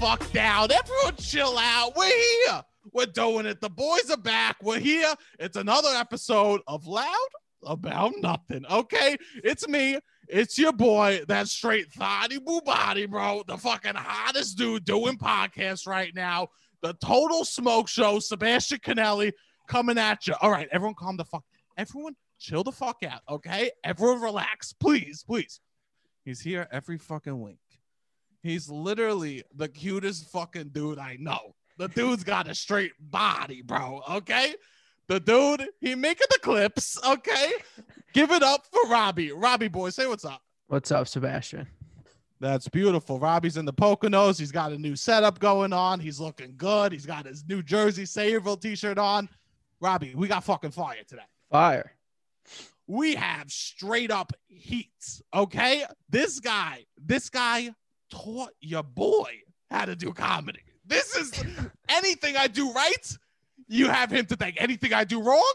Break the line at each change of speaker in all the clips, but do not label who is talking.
fuck down. Everyone chill out. We're here. We're doing it. The boys are back. We're here. It's another episode of Loud About Nothing. Okay. It's me. It's your boy, that straight thotty boo body, bro. The fucking hottest dude doing podcasts right now. The total smoke show, Sebastian Canelli coming at you. All right, everyone calm the fuck. Everyone chill the fuck out, okay? Everyone relax, please, please. He's here every fucking week. He's literally the cutest fucking dude I know. The dude's got a straight body, bro. Okay. The dude, he making the clips. Okay. Give it up for Robbie. Robbie boy, say what's up.
What's up, Sebastian?
That's beautiful. Robbie's in the Poconos. He's got a new setup going on. He's looking good. He's got his New Jersey Sayreville t-shirt on. Robbie, we got fucking fire today
Fire.
we have straight up heat. Okay. This guy, this guy taught your boy how to do comedy. This is anything I do right, you have him to thank. Anything I do wrong,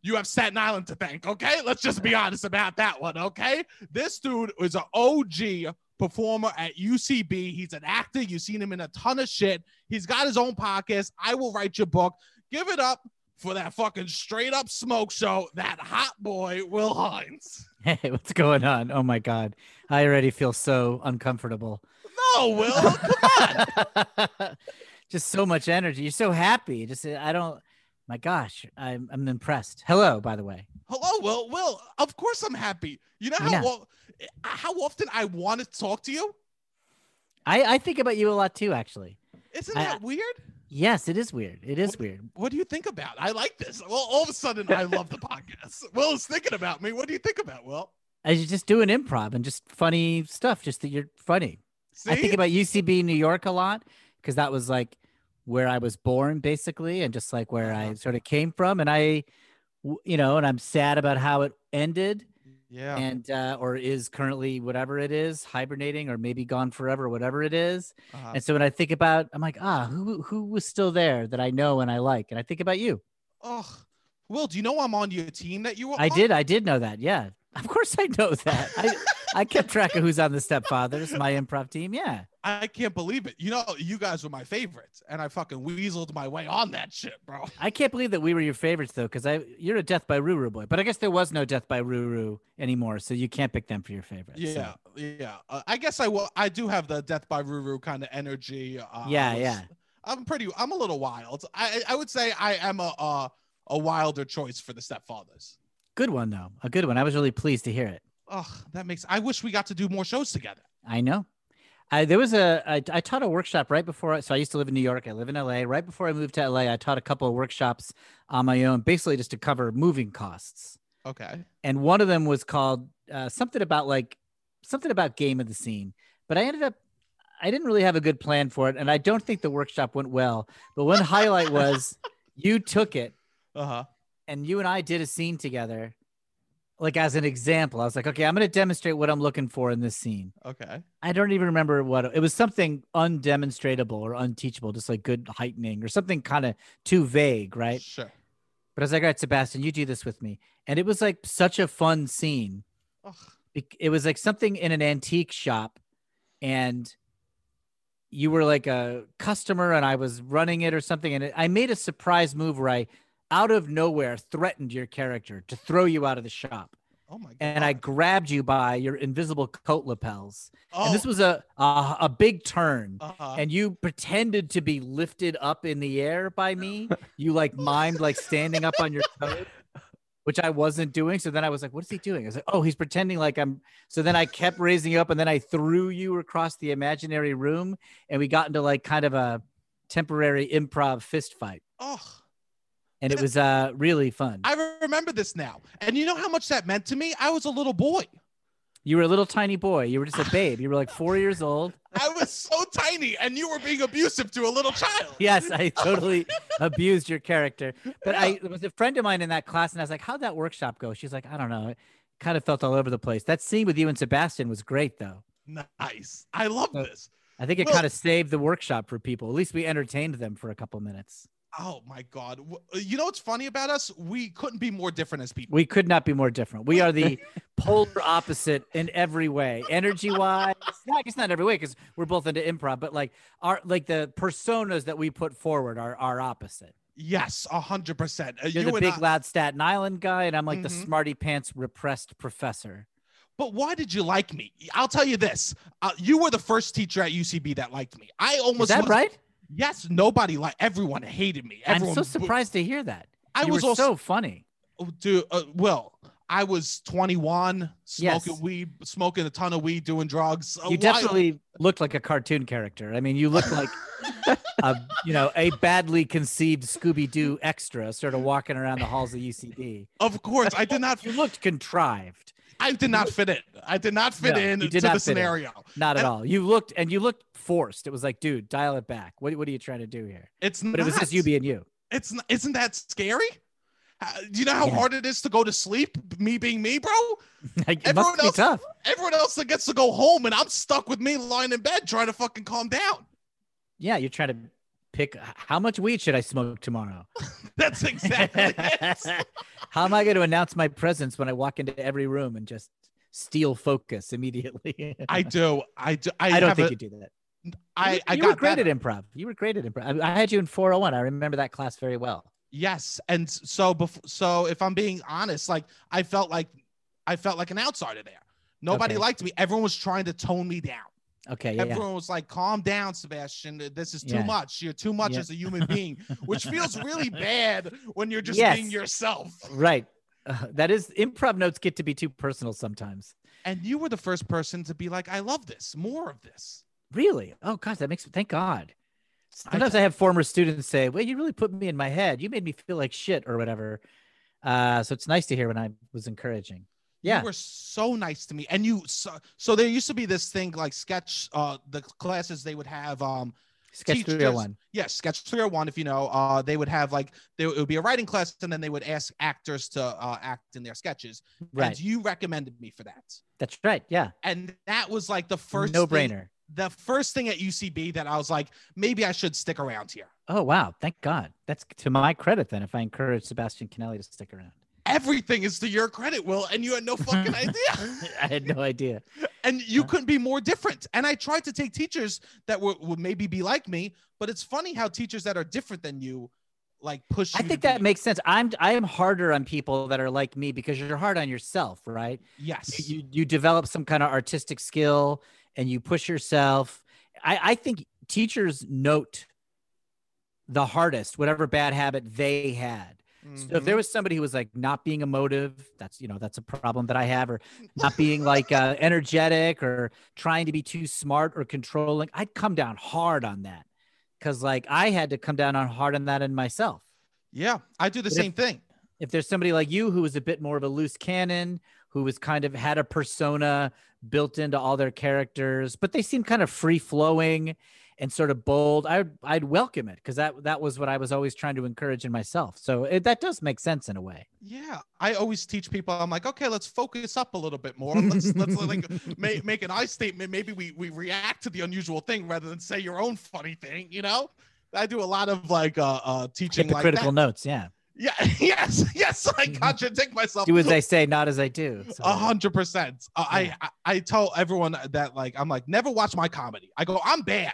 you have Staten Island to thank. Okay. Let's just be honest about that one. Okay. This dude is an OG performer at UCB. He's an actor. You've seen him in a ton of shit. He's got his own podcast. I will write your book. Give it up for that fucking straight up smoke show, that hot boy, Will Hines.
Hey, what's going on? Oh my God. I already feel so uncomfortable.
No, Will.
Just so much energy. You're so happy. Just, uh, I don't, my gosh, I'm, I'm impressed. Hello, by the way.
Hello, Will. Will, of course I'm happy. You know how
Yeah.
o- how often I want to talk to you?
I, I think about you a lot too, actually.
Isn't
I-
that weird?
Yes, it is weird. It is weird.
What do you think about? I like this. Well, all of a sudden, I love the podcast. Will is thinking about me. What do you think about, Will?
As you just doing improv and just funny stuff, just that you're funny.
See?
I think about UCB New York a lot because that was like where I was born, basically, and just like where I
Uh-huh.
sort of came from. And I, w- you know, and I'm sad about how it ended.
yeah.
and uh, or is currently whatever it is hibernating or maybe gone forever whatever it is
uh-huh.
and so when i think about i'm like ah who who was still there that i know and i like and i think about you
Ugh. Will, do you know I'm on your team that you were
i
on?
did i did know that yeah of course i know that i i kept track of who's on the stepfathers my improv team yeah
I can't believe it. You know, you guys were my favorites, and I fucking weaseled my way on that shit, bro.
i can't believe that we were your favorites though because i you're a death by ruru boy but i guess there was no death by ruru anymore so you can't pick them for your favorites so.
Yeah, yeah. Uh, I guess I will. I do have the Death by Ruru kind of energy. Uh, I
yeah
was-
yeah
I'm pretty. I'm a little wild. I I I would say I am a uh, a wilder choice for the stepfathers.
good one though a good one i was really pleased to hear it
Ugh, that makes. I wish we got to do more shows together.
I know. I, there was a I, I taught a workshop right before I- so I used to live in New York. I live in LA. Right before I moved to LA, I taught a couple of workshops on my own, basically just to cover moving costs.
Okay.
And one of them was called uh, something about like something about game of the scene. But I ended up I didn't really have a good plan for it, and I don't think the workshop went well. But one highlight was you took it
Uh huh.
and you and I did a scene together, like as an example. I was like, okay, I'm going to demonstrate what I'm looking for in this scene.
Okay.
I don't even remember what it was something undemonstratable or unteachable, just like good heightening or something kind of too vague, right?
Sure.
But I was like, all right, Sebastian, you do this with me. And it was like such a fun scene.
Ugh.
Bec- It was like something in an antique shop, and you were like a customer, and I was running it or something. And it, I made a surprise move where I, out of nowhere, threatened your character to throw you out of the shop.
Oh my god.
And I grabbed you by your invisible coat lapels
Oh.
and this was a a, a big turn
Uh-huh.
and you pretended to be lifted up in the air by me you like mimed like standing up on your toes which i wasn't doing so then i was like what is he doing i was like oh he's pretending like i'm so then i kept raising you up and then i threw you across the imaginary room and we got into like kind of a temporary improv fist fight
Ugh.
and it was uh really fun
I remember this now, and you know how much that meant to me. I was a little boy.
you were a little tiny boy you were just a babe you were like four years old
I was so tiny, and you were being abusive to a little child.
yes, I totally abused your character. But
Yeah.
I there was a friend of mine in that class, and I was like, "How'd that workshop go?" She's like, "I don't know. It kind of felt all over the place." That scene with you and Sebastian was great, though.
Nice. I love
So-
this.
I think it
Well-
kind of saved the workshop for people. At least we entertained them for a couple minutes.
Oh my God. W- You know what's funny about us? We couldn't be more different as people.
We could not be more different. We are the polar opposite in every way, energy wise. I guess not every way because we're both into improv, but like our like the personas that we put forward are are opposite.
Yes, a hundred percent. Uh,
You're
you
the
and
big
I-
loud Staten Island guy, and I'm like the
Mhm.
smarty pants repressed professor.
But why did you like me? I'll tell you this: uh, you were the first teacher at UCB that liked me. I almost
Is that
was-
right?
Yes, nobody liked. Everyone hated me. Everyone
I'm so
boo-
surprised to hear that.
I
You
was
were
also
so funny.
Oh, dude, uh, Will, I was 21,
Yes.
smoking weed, smoking a ton of weed, doing drugs. Uh,
You
why-
definitely looked like a cartoon character. I mean, you looked like a you know a badly conceived Scooby Doo extra, sort of walking around the halls of UCB.
of course, I did not.
You looked contrived.
I did not fit in. I did not fit
No,
in
you
to
did
the
not fit in.
scenario.
Not at
And-
all. You looked and you looked forced. It was like, dude, dial it back. What, what are you trying to do here?
It's not.
But it was just you being you.
it's n- isn't that scary? Uh, do you know how
Yeah.
hard it is to go to sleep? Me being me, bro.
Like, it
Everyone
must be
else-
tough.
Everyone else that gets to go home, and I'm stuck with me lying in bed trying to fucking calm down.
Yeah, you're trying to pick h- how much weed should I smoke tomorrow?
That's exactly it.
how am I going to announce my presence when I walk into every room and just steal focus immediately?
I do. I do. I,
I don't
have
think
a-
you do that. You
I,
were-
I
you
got
were great
better.
at improv. You were great at improv. I, I had you in 401. I remember that class very well.
Yes, and s- so before, so if I'm being honest, like I felt like I felt like an outsider there. Nobody
Okay.
liked me. Everyone was trying to tone me down.
Okay, yeah, yeah.
Everyone was like, "Calm down, Sebastian. This is too
Yeah.
much. You're too much
Yeah.
as a human being," which feels really bad when you're just
Yes.
being yourself.
right. Uh, that is improv notes get to be too personal sometimes.
And you were the first person to be like, "I love this. More of this."
Really? Oh gosh, that makes thank God.
I
Sometimes I, have former students say, "Well, you really put me in my head. You made me feel like shit or whatever." Uh, so it's nice to hear when I was encouraging. Yeah.
You were so nice to me. And you so, so there used to be this thing like sketch uh the classes they would have um
Sketch
teachers-
301.
yes, Sketch 301, if you know, uh, they would have like, they, it would be a writing class and then they would ask actors to uh, act in their sketches.
Right.
And you recommended me for that.
That's right. Yeah.
And that was like the first
no
thing-
brainer.
The first thing at UCB that I was like, maybe I should stick around here.
Oh wow, thank God. That's to my credit then if I encourage Sebastian Canelli to stick around.
Everything is to your credit, Will, and you had no fucking idea.
I had no idea.
And you
Huh.
couldn't be more different. And I tried to take teachers that would, would maybe be like me, but it's funny how teachers that are different than you like push.
I
you to
think that
be-
makes sense. I'm I am harder on people that are like me because you're hard on yourself, right?
yes.
you, you- you develop some kind of artistic skill and you push yourself i, I think teachers note the hardest whatever bad habit they had so if
Mhm.
there was somebody who was like not being emotive that's you know that's a problem that i have or not being like uh, energetic or trying to be too smart or controlling i'd come down hard on that because like i had to come down on hard on that in myself
yeah, I do the
But if-
same thing.
if there's somebody like you who was a bit more of a loose cannon, who was kind of had a persona built into all their characters, but they seemed kind of free flowing and sort of bold, I would I'd welcome it because that that was what I was always trying to encourage in myself. So it, that does make sense in a way.
Yeah, I always teach people. I'm like, okay, let's focus up a little bit more. Let's let's like make, make an I statement. Maybe we we react to the unusual thing rather than say your own funny thing. You know, I do a lot of like uh, uh teaching like
Hypocritical
that.
notes, yeah.
Yeah, yes, yes. I contradict myself.
Do as I say, not as I do. So-
A hundred percent. Uh, I
Yeah.
I I tell everyone that like I'm like never watch my comedy. I go, I'm bad.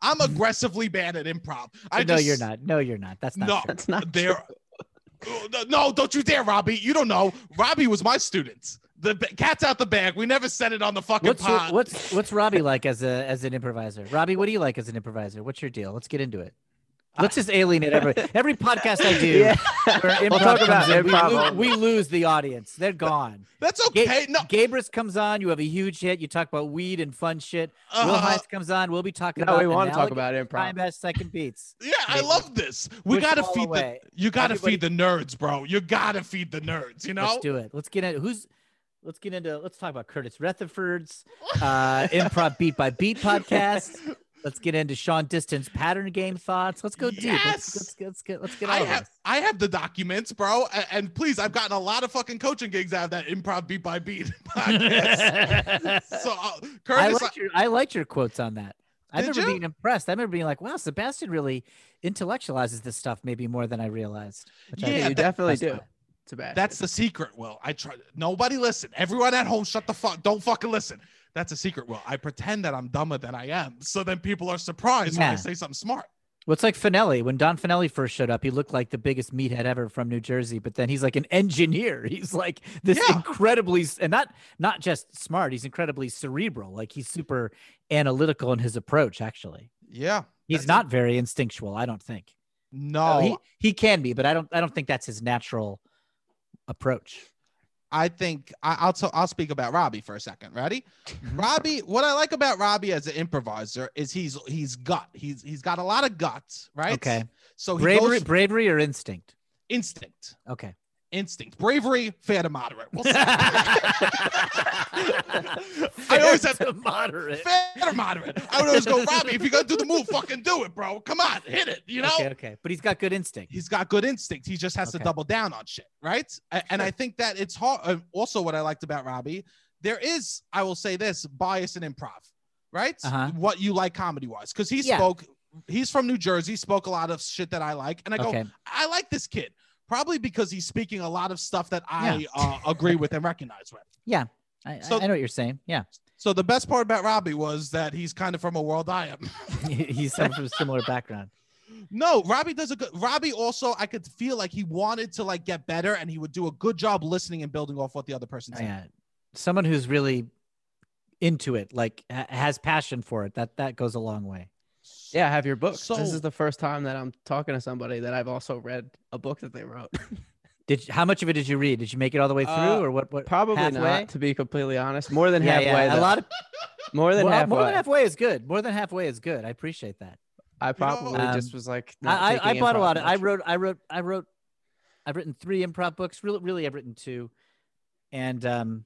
I'm aggressively bad at improv. I
no,
just,
you're not. No, you're not. That's not.
No.
true.
That's not true.
There. Oh, no- No, don't you dare, Robbie. You don't know. Robbie was my student. The ba- cat's out the bag. We never said it on the fucking
What's your-
pod.
what's what's Robbie like as a as an improviser? Robbie, what do you like as an improviser? What's your deal? Let's get into it. Let's just alienate every every podcast I do.
Yeah.
where
We'll
improv
talk
comes
about
in, we
improv.
lo-
only.
We, lose the audience. They're gone.
That's
Ga-
okay. No,
Gabrus comes on. You have a huge hit. You talk about weed and fun shit. Will
uh,
Hines comes on. We'll be talking
no,
about.
we want to talk
analogous
about
prime
improv.
best second beats.
yeah, I
Maybe.
love this. We
Push
gotta
them all
feed the.
away.
You gotta
Everybody-
feed the nerds, bro. You gotta feed the nerds. You know.
Let's do it. Let's get into who's. Let's get into. Let's talk about Curtis Rutherford's uh, improv beat by beat podcast. Let's get into Sean Distance pattern game thoughts. Let's go deep. Let's,
Yes.
let's, let's get let's get
I
all of
have
this.
I have the documents, bro. A- And please, I've gotten a lot of fucking coaching gigs out of that improv beat by beat podcast. so, uh,
I
Curtis,
liked your I liked your quotes on that. I
Did
remember
you?
being impressed. I remember being like, wow, Sebastian really intellectualizes this stuff maybe more than I realized. which I
Yeah,
think
that-
you definitely
impressed
do.
by.
Sebastian.
That's the secret, Will. I try. Nobody listen. Everyone at home, shut the fuck. Don't fucking listen. That's a secret, Will. I pretend that I'm dumber than I am, so then people are surprised when I
Yeah.
say something smart.
Well, it's like Finelli. When Don Finelli first showed up, he looked like the biggest meathead ever from New Jersey. But then he's like an engineer. He's like this
Yeah.
incredibly and not not just smart. He's incredibly cerebral. Like he's super analytical in his approach. Actually,
Yeah.
he's
That's it.
not very instinctual. I don't think.
No,
Oh, he he can be, but I don't I don't think that's his natural approach.
I think I, I'll t- I'll speak about Robbie for a second. Ready?
Mm-hmm.
Robbie, what I like about Robbie as an improviser is he's he's gut. He's he's got a lot of guts, right?
Okay,
So he
bravery
goes
bravery or instinct.
instinct,
Okay,
instinct, bravery, fair to moderate. We'll see. I
Fair
always have
to moderate.
fair to moderate. I would always go, Robbie, if you're gonna do the move, fucking do it, bro. Come on, hit it. You know,
Okay, okay, but he's got good instinct.
he's got good instinct. He just has to
Okay.
double down on shit, right? A- And I think that it's hard. uh, Also, what I liked about Robbie, there is, I will say this, bias in improv, right?
Uh-huh.
What you like comedy wise, because he
Yeah.
spoke. He's from New Jersey. Spoke a lot of shit that I like, oh, and I go,
Okay,
I like this kid. Probably because he's speaking a lot of stuff that I uh, agree with and recognize with.
I, I-
So-
I know what you're saying. Yeah,
So the best part about Robbie was that he's kind of from a world I am.
he's from a similar background.
No, Robbie does a good. Robbie also, I could feel like he wanted to like get better, and he would do a good job listening and building off what the other person said.
Yeah, someone who's really into it, like ha- has passion for it. That that goes a long way.
yeah, I have your book. this
So-
is the first time that I'm talking to somebody that I've also read a book that they wrote.
Did you- how much of it did you read? Did you make it all the way through,
Uh,
or what? What
Probably
Halfway?
not, to be completely honest. More than
yeah,
halfway.
yeah.
though.
a lot of
more than
well,
halfway.
more than halfway is good. More than halfway is good. I appreciate that.
I probably
Um,
just was like, not
I, I, I
taking
bought a
improv
lot. Of, I
much.
wrote, I wrote, I wrote, I've written three improv books. Really, really, I've written two, and um,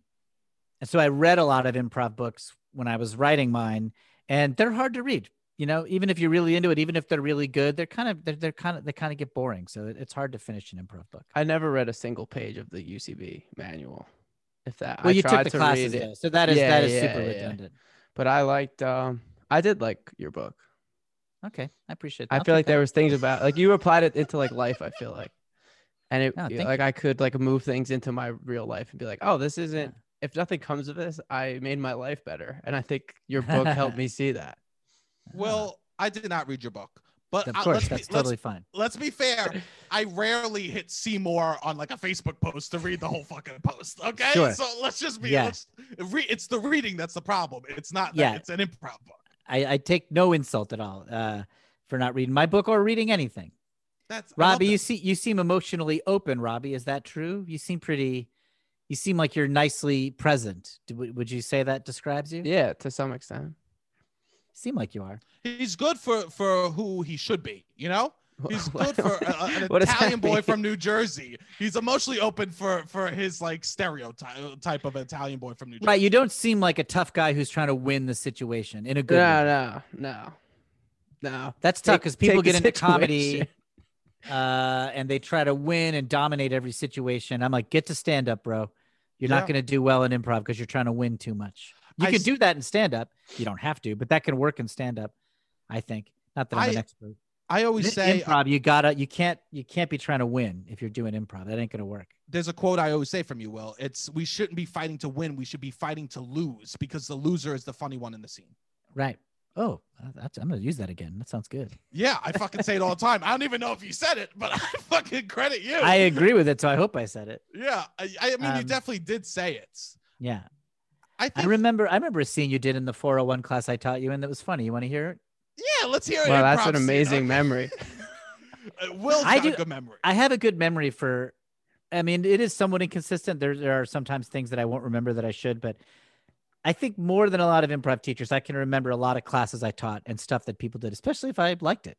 and so I read a lot of improv books when I was writing mine, and they're hard to read. You know, even if you're really into it, even if they're really good, they're kind of they're, they're kind of they kind of get boring. So it, it's hard to finish an improv book.
I never read a single page of the UCB manual. If that,
Well,
I
you
tried
took the
to
classes,
read it,
though, so that is
Yeah,
that is
yeah,
super
yeah.
redundant.
but I liked. Um, I did like your book.
Okay, I appreciate. that.
I
I'll
feel
take
like
that.
there was things about like you applied it into like life. I feel like, and it
No,
you-
thank
like I could like move things into my real life and be like, oh, this isn't.
Yeah.
If nothing comes of this, I made my life better, and I think your book helped me see that.
Well, I did not read your book, but
of
I-
course,
let's,
that's
be,
totally fine.
let's, let's be fair. I rarely hit Seymour on like a Facebook post to read the whole fucking post. Okay,
Sure.
so let's just be.
Yeah.
Let's, re, it's the reading that's the problem. It's not.
Yeah.
that it's an improv book.
I, I take no insult at all uh, for not reading my book or reading anything.
That's I love
Robbie,
that.
you see, you seem emotionally open. Robbie, is that true? You seem pretty. You seem like you're nicely present. Do, would would you say that describes you?
Yeah, to some extent.
Seem like you are.
He's good for for who he should be. You know. He's good for a, a- an
What does that
Italian boy
mean?
from New Jersey. He's emotionally open for for his like stereotype type of Italian boy from New Jersey.
Right. You don't seem like a tough guy who's trying to win the situation in a good.
no,
way.
no, no, no.
That's tough
Take-
because people
take the
get into comedy
situation.
uh, and they try to win and dominate every situation. I'm like, get to stand up, bro. You're
Yeah.
not going to do well in improv because you're trying to win too much. You
I
can
s-
do that in stand up. You don't have to, but that can work in stand up. I think. Not that I'm an
I-
expert.
I always
In
say uh,
improv. You gotta. You can't. You can't be trying to win if you're doing improv. That ain't gonna work.
there's a quote I always say from you, Will. It's we shouldn't be fighting to win. We should be fighting to lose because the loser is the funny one in the scene.
Right. Oh, that's, I'm gonna use that again. That sounds good.
Yeah, I fucking say it all the time. I don't even know if you said it, but I fucking credit you.
I agree with it, so I hope I said it.
yeah, I, I mean, you
Um,
definitely did say it.
Yeah.
I think.
I remember. I remember a scene you did in the 401 class I taught you, and that was funny. You want to hear it?
yeah, let's hear it.
Wow, that's an amazing memory.
Will's Uh,
I
got a
do-
good memory.
I have a good memory for. I mean, it is somewhat inconsistent. There, there are sometimes things that I won't remember that I should, but I think more than a lot of improv teachers, I can remember a lot of classes I taught and stuff that people did, especially if I liked it.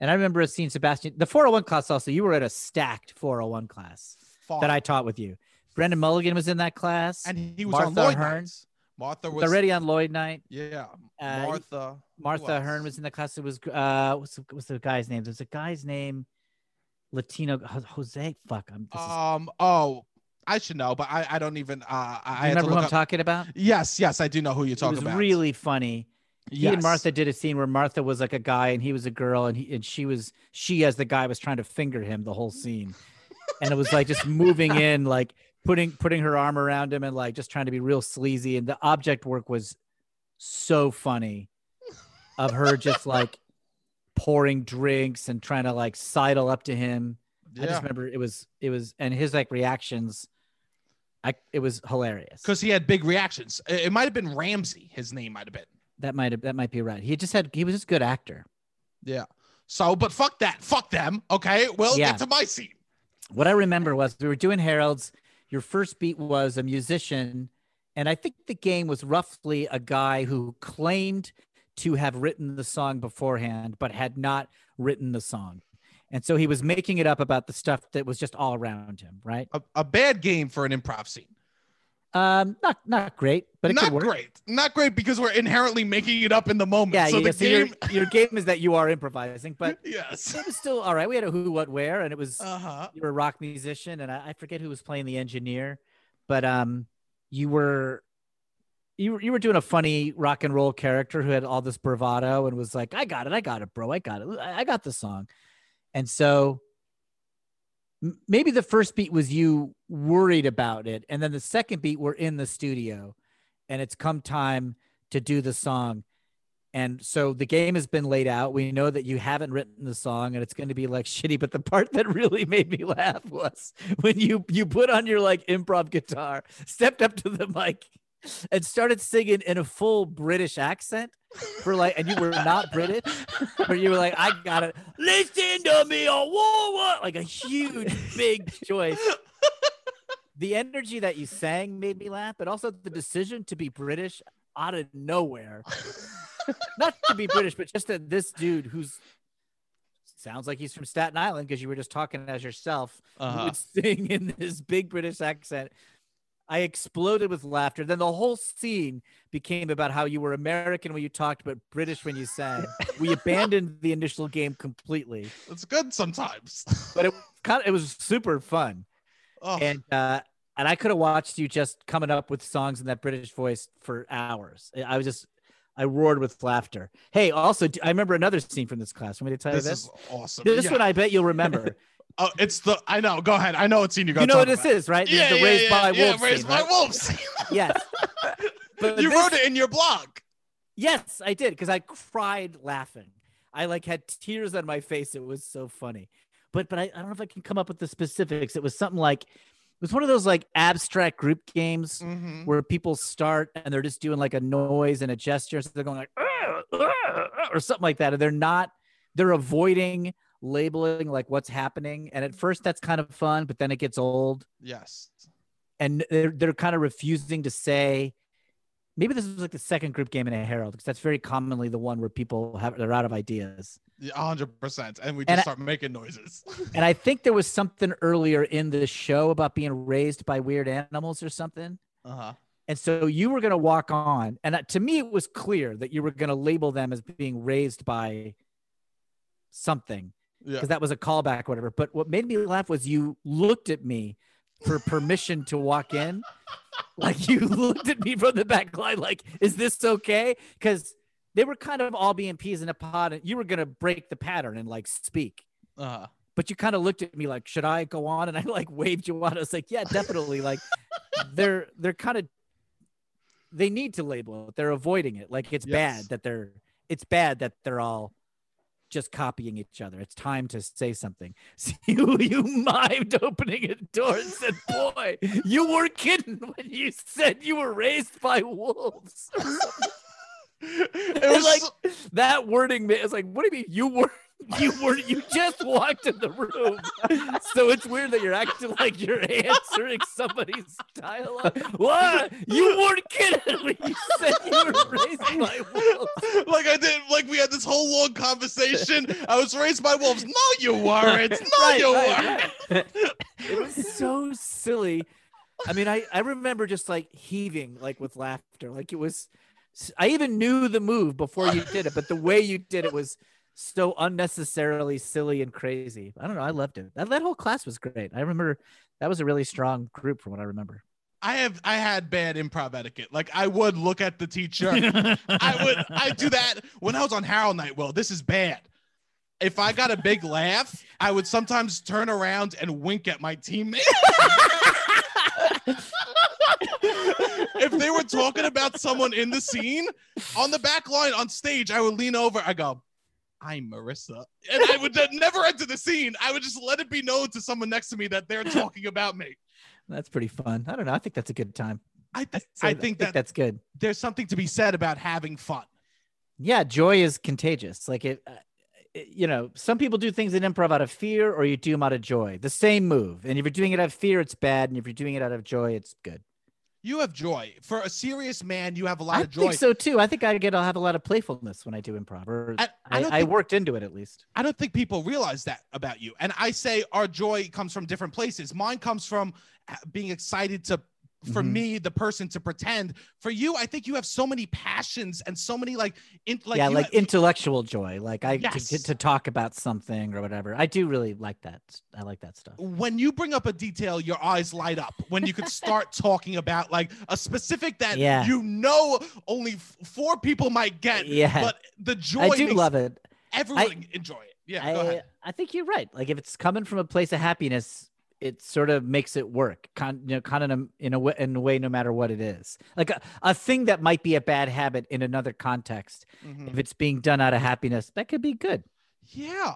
And I remember seeing Sebastian, the 401 class also, you were at a stacked 401 class
Fine.
that I taught with you. Brendan Mulligan was in that class. And
and he was on
Martha
Lloyd
Hearn
nights. Martha was
was already on Lloyd night.
Yeah,
Uh,
Martha. who
Martha Hearn
else?
was in the class. It was uh, what's the, what's the guy's name? There's a guy's name, Latino Ho- Jose. Fuck, I'm. This is,
Um. Oh, I should know, but I, I don't even. Uh, I I
you
had to
remember
look
who I'm
up.
talking about?
yes, yes, I do know who you're
It
talking
was
about.
really funny. He and Martha did a scene where Martha was like a guy and he was a girl, and he and she was she as the guy was trying to finger him the whole scene, and it was like just moving in, like putting putting her arm around him and like just trying to be real sleazy. And the object work was so funny, of her just like pouring drinks and trying to like sidle up to him. I just
Yeah.
remember it was it was and his like reactions, I it was hilarious.
Because he had big reactions. It, it might have been Ramsey, his name might have been.
that might have that might be right. He just had he was just a good actor.
So, but fuck that. Fuck them. Okay. We'll
Yeah.
get to my scene.
What I remember was we were doing Harold's. Your first beat was a musician, and I think the game was roughly a guy who claimed to have written the song beforehand, but had not written the song. And so he was making it up about the stuff that was just all around him, right?
A, a bad game for an improv scene.
Um, not not great, but it
Not
could work.
great. Not great because we're inherently making it up in the moment.
Yeah,
so
yeah.
the
So
game.
your, your game is that you are improvising, but
yes.
it was still all right. We had a who, what, where, and it was
Uh huh.
you were a rock musician and I, I forget who was playing the engineer but um you were you were, you were doing a funny rock and roll character who had all this bravado and was like i got it i got it bro i got it i I got the song and so m- maybe the first beat was you worried about it and then the second beat we're in the studio and it's come time to do the song and so the game has been laid out. We know that you haven't written the song and it's going to be like shitty, but the part that really made me laugh was when you you put on your like improv guitar, stepped up to the mic and started singing in a full British accent for like and you were not British, but you were like I got to Listen to me or whoa, whoa," like a huge big choice. The energy that you sang made me laugh, but also the decision to be British out of nowhere not to be British, but just that this dude who's sounds like he's from Staten Island because you were just talking as yourself
Uh
would sing in this big British accent. I exploded with laughter. Then the whole scene became about how you were American when you talked, but British when you sang. we abandoned the initial game completely,
It's good sometimes.
but it was kind of, it was super fun.
oh,
And uh, and I could have watched you just coming up with songs in that British voice for hours. I- I was just I roared with laughter. Hey, also, do- I remember another scene from this class. Want me to tell
this
you uh, this?
is awesome.
this
yeah.
one I bet you'll remember.
oh, it's the. I know. Go ahead. I know what scene you got.
you know what this is, right? This is
Yeah,
the
yeah,
raised
yeah,
by
yeah,
wolves.
raised
scene,
by
right?
wolves.
Yes. But
you
this-
wrote it in your blog.
Yes, I did because I cried laughing. I like had tears on my face. It was so funny. But but I, I don't know if I can come up with the specifics. It was something like it was one of those like abstract group games
Mm-hmm.
where people start and they're just doing like a noise and a gesture. So they're going like "Ugh, ugh, ugh," or something like that. And they're not, they're avoiding labeling like what's happening. And at first that's kind of fun, but then it gets old
Yes.
and they're, they're kind of refusing to say, maybe this was like the second group game in a Herald because that's very commonly the one where people have, they're out of ideas.
Yeah, a hundred percent. And we just
And I-
start making noises.
And I think there was something earlier in the show about being raised by weird animals or something.
Uh huh.
And so you were going to walk on. And uh, to me, it was clear that you were going to label them as being raised by something
Yeah.
because that was a callback, or whatever. But what made me laugh was you looked at me for permission to walk in. Like you looked at me from the back line, like, is this okay? Because they were kind of all being peas in a pod and you were going to break the pattern and like speak.
Uh huh.
But you kind of looked at me like, should I go on? And I like waved you on. I was like, yeah, definitely. like they're they're kind of they need to label it. They're avoiding it. Like it's
Yes.
bad that they're it's bad that they're all just copying each other. It's time to say something. So you, you mimed opening a door and said, Boy, you were kidding when you said you were raised by wolves.
It
It
was
like
so-
that wording is like, what do you mean you were you were you just walked in the room? So it's weird that you're acting like you're answering somebody's dialogue. What you weren't kidding when you said you were raised by wolves.
like I did. Like we had this whole long conversation. I was raised by wolves. No, you weren't. No,
Right,
you
right,
weren't.
It was so silly. I mean, I, I remember just like heaving like with laughter. Like it was I even knew the move before you did it, but the way you did it was so unnecessarily silly and crazy. I don't know. I loved it. That, that whole class was great. I remember that was a really strong group from what I remember.
I have I had bad improv etiquette. Like I would look at the teacher. I would I do that when I was on Harold Night. Well, this is bad. If I got a big laugh, I would sometimes turn around and wink at my teammate. if they were talking about someone in the scene on the back line on stage, I would lean over. I go, I'm Marissa. And I would then never enter the scene. I would just let it be known to someone next to me that they're talking about me.
That's pretty fun. I don't know. I think that's a good time.
I, th-
So
I think that
that's good.
there's something to be said about having fun.
Yeah, joy is contagious. Like it, uh, it- you know, some people do things in improv out of fear, or you do them out of joy. The same move. And if you're doing it out of fear, it's bad. And if you're doing it out of joy, it's good.
You have joy. For a serious man, you have a lot
I
of joy.
think so too. I think I get. I'll have a lot of playfulness when I do improv. Or
I, I
I,
don't
I
think,
worked into it at least.
I don't think people realize that about you. And I say our joy comes from different places. Mine comes from uh, being excited to for
Mhm.
me the person to pretend. For you, I think you have so many passions and so many like in, like
yeah,
you
like
ha-
intellectual joy. Like I to-
Yes.
to, to talk about something or whatever. I do really like that. I like that stuff.
when you bring up a detail, your eyes light up when you could start talking about like a specific that
Yeah.
you know only f- four people might get.
Yeah.
But the joy
I do
makes
love it.
everyone enjoy it. Yeah, go
I,
ahead.
I think you're right. Like if it's coming from a place of happiness, it sort of makes it work. Con, you know, kind of in a- in a way, in a way, no matter what it is. Like a, a thing that might be a bad habit in another context,
Mhm.
if it's being done out of happiness, that could be good.
Yeah.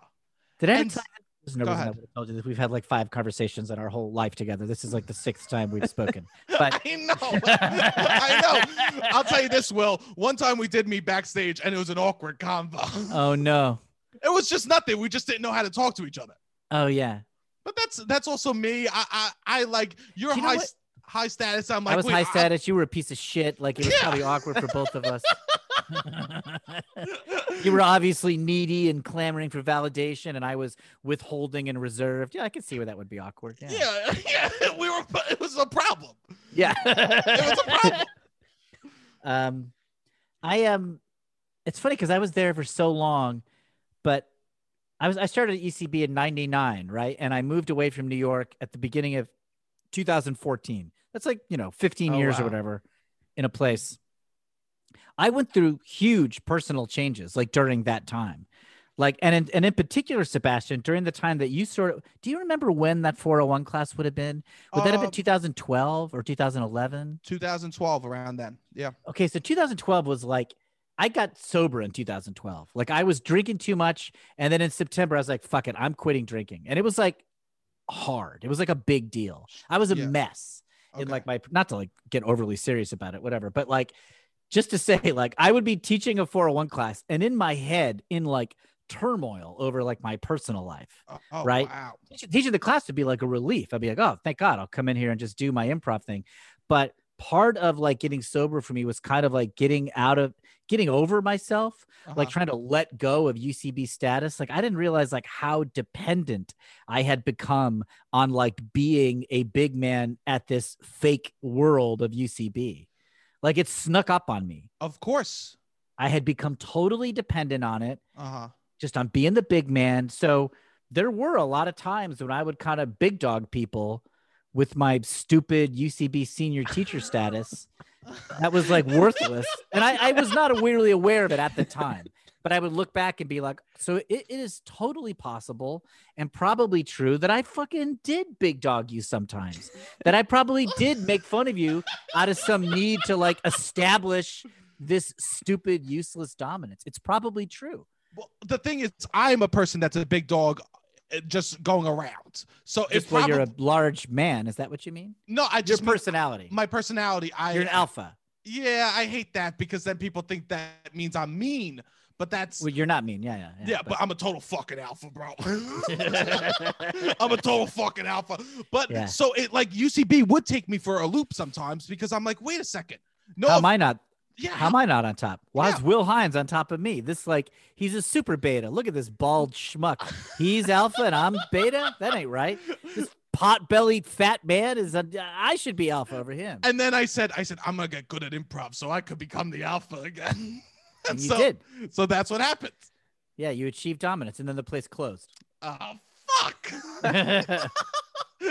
Did I?
And-
There's no
go
reason I
ahead.
would have told you this. We've had like five conversations in our whole life together. This is like the sixth time we've spoken. But
I know. I know. I'll tell you this, Will. One time we did meet backstage and it was an awkward convo.
oh no,
it was just nothing. We just didn't know how to talk to each other.
oh yeah.
But that's that's also me. I I, I like you're
Do you know
high
what?
s- high status. I'm like
I was
wait,
high status. You were a piece of shit. Like it was
Yeah.
probably awkward for both of us.
I-
you were obviously needy and clamoring for validation, and I was withholding and reserved. Yeah, I could see where that would be awkward. Yeah.
yeah, yeah. We were. It was a problem.
Yeah.
It was a problem.
um, I am. Um, it's funny because I was there for so long, but I was I started at ECB in '99, right? And I moved away from New York at the beginning of 2014. That's like you know 15
Oh,
years or
wow.
whatever in a place. I went through huge personal changes like during that time. Like and in, and in particular, Sebastian, during the time that you sort of do you remember when that 401 class would have been? Would that have been
Um,
2012 or 2011?
2012 around then. Yeah.
okay so 2012 was like i got sober in 2012 like i was drinking too much and then in september i was like fuck it i'm quitting drinking and it was like hard it was like a big deal i was a
Yeah.
mess in
Okay.
like my not to like get overly serious about it whatever but like just to say like i would be teaching a 401 class and in my head in like turmoil over like my personal life
Oh, oh,
right?
Wow.
teaching, teaching the class would be like a relief. I'd be like, oh, thank God, I'll come in here and just do my improv thing. But part of like getting sober for me was kind of like getting out of getting over myself, like
Uh-huh.
trying to let go of UCB status. Like I didn't realize like how dependent I had become on like being a big man at this fake world of UCB. Like it snuck up on me.
Uh-huh. of course.
I had become totally dependent on it
Uh huh.
just on being the big man. So there were a lot of times when I would kind of big dog people with my stupid UCB senior teacher status that was like worthless. And I, I was not weirdly aware of it at the time, but I would look back and be like, so it, it is totally possible and probably true that I fucking did big dog you sometimes, that I probably did make fun of you out of some need to like establish this stupid, useless dominance. It's probably true.
Well, the thing is, I'm a person that's a big dog, uh, just going around. So it's
Just where
probably
you're a large man. Is that what you mean?
no. I
Your
just
personality.
my uh, personality. I
you're an alpha.
yeah. I hate that because then people think that means I'm mean. But that's
Well, you're not mean. Yeah, yeah,
yeah. but I'm a total fucking alpha, bro. I'm a total fucking alpha. But
Yeah.
so it like UCB would take me for a loop sometimes because I'm like, wait a second. No,
how
if-
am I not?
yeah.
How am I not on top? Why
Yeah.
is Will Hines on top of me? This like he's a super beta. Look at this bald schmuck. He's alpha and I'm beta. That ain't right. This pot-bellied fat man is. A, I should be alpha over him.
and then I said, I said, I'm gonna get good at improv, so I could become the alpha again.
And you
so,
did.
so that's what happened.
Yeah, you achieved dominance, and then the place closed.
Ah, Oh fuck.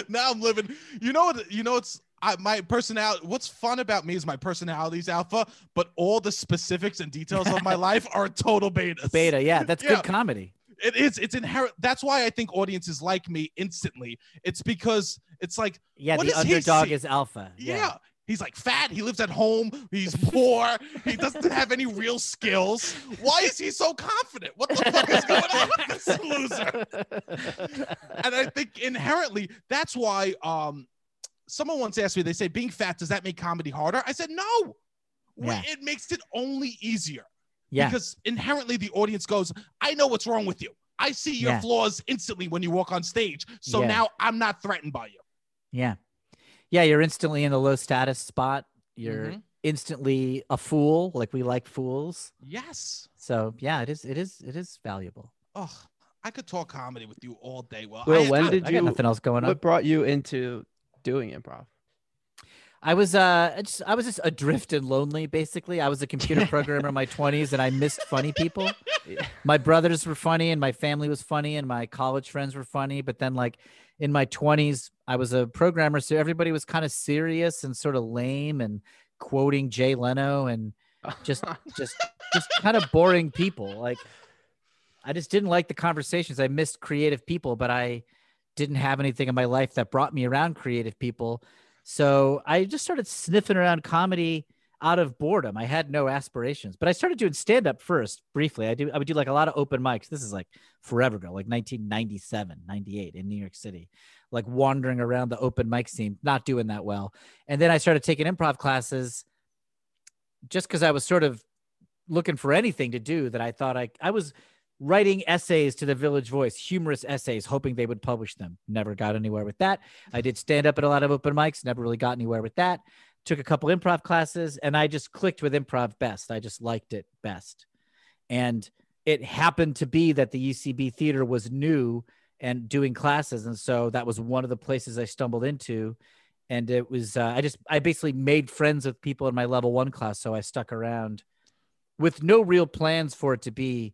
now I'm living. You know what? You know it's. I, my personality. What's fun about me is my personality's alpha, but all the specifics and details of my life are total beta.
Beta, yeah, that's
Yeah.
good comedy.
It is. It's inherent. That's why I think audiences like me instantly. It's because it's like,
Yeah,
What
the
does he
underdog
see?
is alpha.
yeah. He's like fat. He lives at home. He's poor. He doesn't have any real skills. Why is he so confident? What the fuck is going on with this loser? and I think inherently that's why um someone once asked me, they say being fat, does that make comedy harder? I said, no. Wh-
Yeah.
It makes it only easier.
yeah.
Because inherently the audience goes, I know what's wrong with you. I see your
Yeah.
flaws instantly when you walk on stage. So
Yeah.
now I'm not threatened by you.
Yeah. Yeah, you're instantly in a low status spot. You're
Mm-hmm.
Mhm.
instantly a fool, like we like fools.
Yes.
So yeah, it is it is it is valuable.
Oh, I could talk comedy with you all day. Well,
Will,
I,
when
I-
did
I
you-
got nothing else going on.
What brought you into doing improv?
I was uh I just I was just adrift and lonely basically. I was a computer programmer in my 20s and I missed funny people.
Yeah.
My brothers were funny and my family was funny and my college friends were funny, but then like in my 20s I was a programmer so everybody was kind of serious and sort of lame and quoting Jay Leno and Just- just just kind of boring people. Like I just didn't like the conversations. I missed creative people, but I didn't have anything in my life that brought me around creative people. So I just started sniffing around comedy out of boredom. I had no aspirations, but I started doing stand up first briefly. I do I would do like a lot of open mics. This is like forever ago, like 1997, 98 in New York City, like wandering around the open mic scene, not doing that well. And then I started taking improv classes just because I was sort of looking for anything to do that I thought I I was writing essays to the Village Voice, humorous essays, hoping they would publish them. Never got anywhere with that. I did stand up at a lot of open mics, never really got anywhere with that. Took a couple improv classes and I just clicked with improv best. I just liked it best. And it happened to be that the UCB theater was new and doing classes and so that was one of the places I stumbled into and it was uh, I just I basically made friends with people in my level 1 class so I stuck around with no real plans for it to be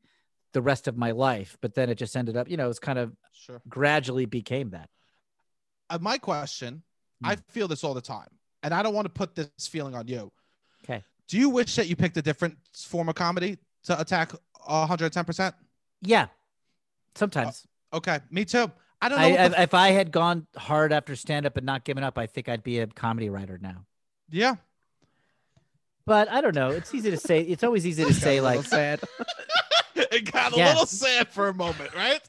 the rest of my life. But then it just ended up, you know, it's kind of
sure.
gradually became that.
Uh, my question, I
Hmm.
feel this all the time, and I don't want to put this feeling on you.
'Kay.
Do you wish that you picked a different form of comedy to attack 110%?
Yeah. Sometimes
Okay, me too.
Uh,
I don't know.
I,
what the
I, if I had gone hard after stand up and not given up, I think I'd be a comedy writer now.
yeah.
But I don't know. It's easy to say. It's always easy to say, like,
sad.
it got a
Yeah.
little sad for a moment, right?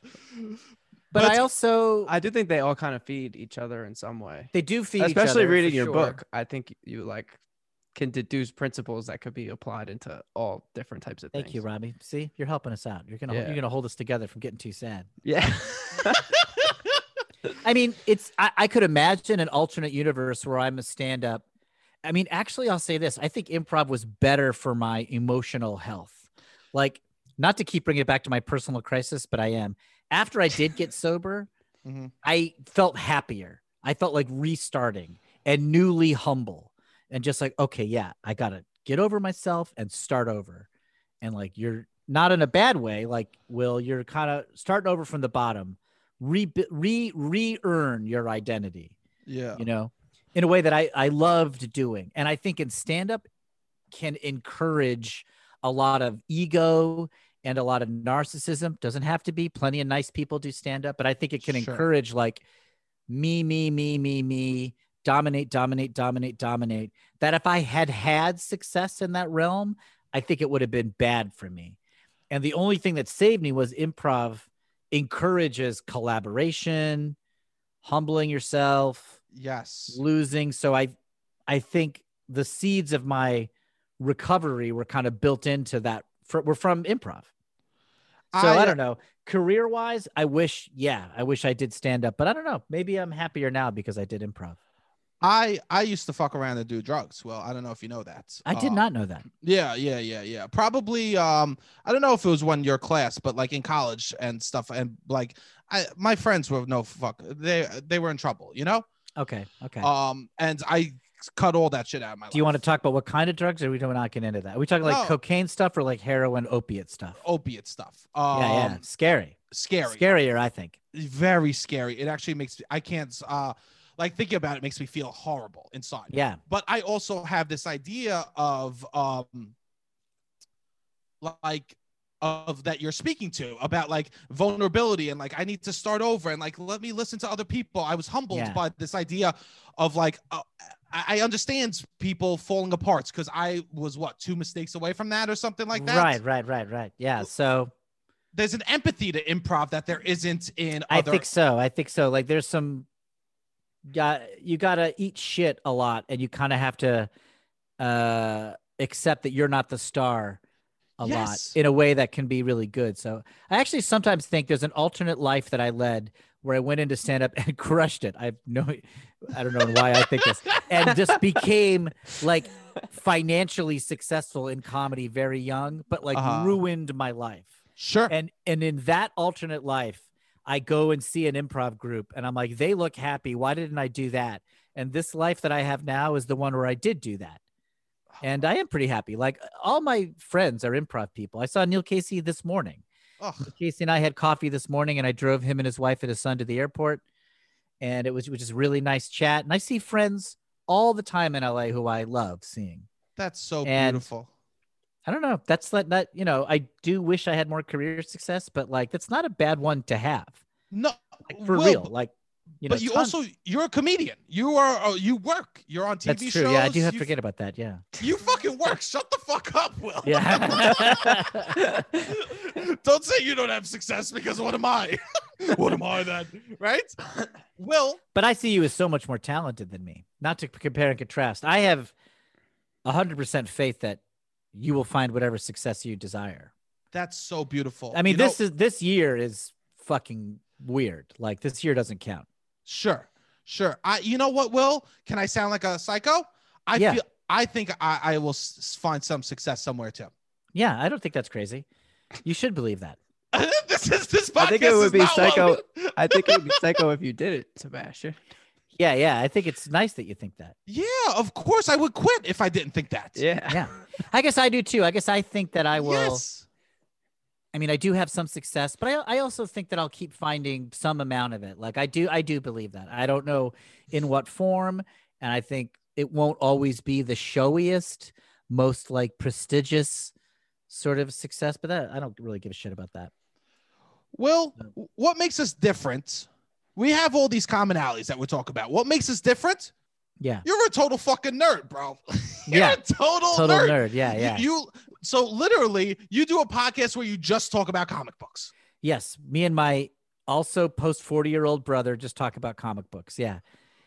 but
But-
I also,
I do think they all kind of feed each other in some way.
they do feed each
Especially
other,
reading
for
your
sure.
book, I think you like can deduce principles that could be applied into all different types of
Thank
things.
you, Robbie. See, you're helping us out. You're gonna
Yeah.
you're gonna hold us together from getting too sad.
Yeah.
I mean, it's I, I could imagine an alternate universe where I'm a stand up. I mean, actually, I'll say this. I think improv was better for my emotional health. Like, not to keep bringing it back to my personal crisis, but I am. After I did get sober,
Mhm.
I felt happier. I felt like restarting and newly humble and just like, okay, yeah, I got to get over myself and start over. And like, you're not in a bad way. Like, Will, you're kind of starting over from the bottom re re re earn your identity
Yeah.
you know in a way that i i loved doing and i think in stand up can encourage a lot of ego and a lot of narcissism doesn't have to be plenty of nice people do stand up but i think it can
Sure.
encourage like me me me me me dominate dominate dominate dominate that if i had had success in that realm i think it would have been bad for me and the only thing that saved me was improv encourages collaboration humbling yourself
Yes.
losing. So I I think the seeds of my recovery were kind of built into that fr- were from improv. So I, don't know. Career wise, I wish, yeah, I wish I did stand up, but I don't know. Maybe I'm happier now because I did improv.
I I used to fuck around and do drugs. Well, I don't know if you know that.
I did
Um,
not know that.
Yeah, yeah, yeah, yeah. Probably um I don't know if it was one your class, but like in college and stuff and like I my friends were no fuck. They they were in trouble, you know?
Okay. Okay.
Um and I cut all that shit out of my
do you want to talk about what kind of drugs or we don't not get into that? Are we talking like
No.
cocaine stuff or like heroin opiate stuff?
opiate stuff. Um
yeah, yeah. Scary.
scary.
Scarier, I think.
Very scary. It actually makes I can't uh like thinking about it makes me feel horrible inside
Yeah.
but I also have this idea of um like of that you're speaking to about like vulnerability and like I need to start over and like let me listen to other people. I was humbled
Yeah.
by this idea of like uh, I I understand people falling apart because I was what two mistakes away from that or something like that.
Right, right, right, right. Yeah. So
There's an empathy to improv that there isn't in
I
other.
think so. I think so. Like there's some got you gotta eat shit a lot and you kinda have to uh accept that you're not the star a
Yes.
lot in a way that can be really good. So I actually sometimes think there's an alternate life that I led where I went into stand up and crushed it. I have no I don't know why I think this. And just became like financially successful in comedy very young, but like
Uh-huh.
ruined my life
sure.
and and in that alternate life i go and see an improv group and i'm like they look happy why didn't i do that and this life that i have now is the one where i did do that and i am pretty happy like all my friends are improv people i saw neil casey this morning
Ugh.
casey and i had coffee this morning and i drove him and his wife and his son to the airport and it was, it was just really nice chat and i see friends all the time in la who i love seeing
that's so
And-
beautiful.
I don't know. That's like that, you know, I do wish I had more career success, but like that's not a bad one to have.
No,
Like for
Will,
real. Like you know,
but you
tons-
also you're a comedian. You are uh, you work. You're on TV
that's true.
shows.
yeah, I do have to
you,
forget about that. Yeah.
You fucking work. Shut the fuck up, Will.
Yeah.
don't say you don't have success because what am I? what am I then? Right? Will,
but I see you as so much more talented than me. Not to c- compare and contrast. I have hundred percent faith that you will find whatever success you desire.
that's so beautiful.
I mean,
You know-
this is this year is fucking weird. Like this year doesn't count.
Sure, sure. I, you know what, Will? Can I sound like a psycho? I
Yeah.
feel. I think I, I will s- s- find some success somewhere too.
Yeah, I don't think that's crazy. You should believe that.
this is this podcast.
I think it would
is
be
not
psycho-
what-
I think it would be psycho if you did it, Sebastian.
Yeah, yeah. I think it's nice that you think that.
Yeah, of course I would quit if I didn't think that.
Yeah.
Yeah. I guess I do too. I guess I think that I will.
Yes.
I mean, I do have some success, but I, I also think that I'll keep finding some amount of it. Like I do, I do believe that. I don't know in what form, and I think it won't always be the showiest, most like prestigious sort of success. But that I don't really give a shit about that.
Will,
Yeah.
w- what makes us different? We have all these commonalities that we're talking about. What makes us different?
Yeah,
You're a total fucking nerd, bro. You're
yeah.
a total,
Total
nerd.
nerd. Yeah,
You-
yeah.
You, so literally you do a podcast where you just talk about comic books.
Yes, me and my also post 40 year old brother just talk about comic books. Yeah.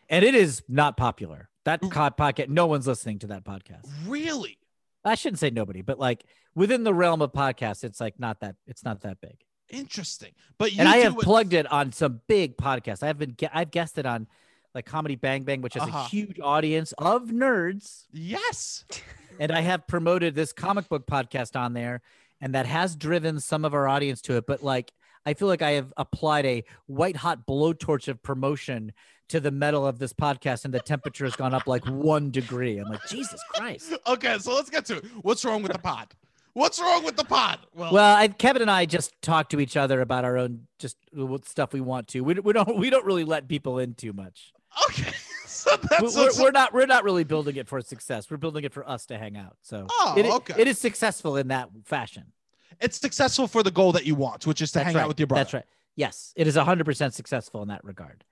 And it is not popular. That
Mm.
co- podcast, no one's listening to that podcast.
Really?
I shouldn't say nobody, but like within the realm of podcasts, it's like not that it's not that big.
Interesting. But you
And I
do
have
it-
plugged it on some big podcasts. I've been gue- I've guested on like Comedy Bang Bang, which has
Uh-huh.
a huge audience of nerds,
Yes.
and I have promoted this comic book podcast on there, and that has driven some of our audience to it. But like, I feel like I have applied a white hot blowtorch of promotion to the metal of this podcast, and the temperature has gone up like one degree. I'm like, Jesus Christ.
Okay, so let's get to it. What's wrong with the pod? What's wrong with the pod? Well,
Well, I, Kevin and I just talk to each other about our own just what stuff we want to. We, we don't we don't really let people in too much.
okay. So
We-
that's
We're, we're not we're not really building it for success. We're building it for us to hang out. So
Oh,
it-
okay.
it is successful in that fashion.
it's successful for the goal that you want, which is to
That's
hang
right.
out with your brother.
That's right. Yes, it is hundred percent successful in that regard.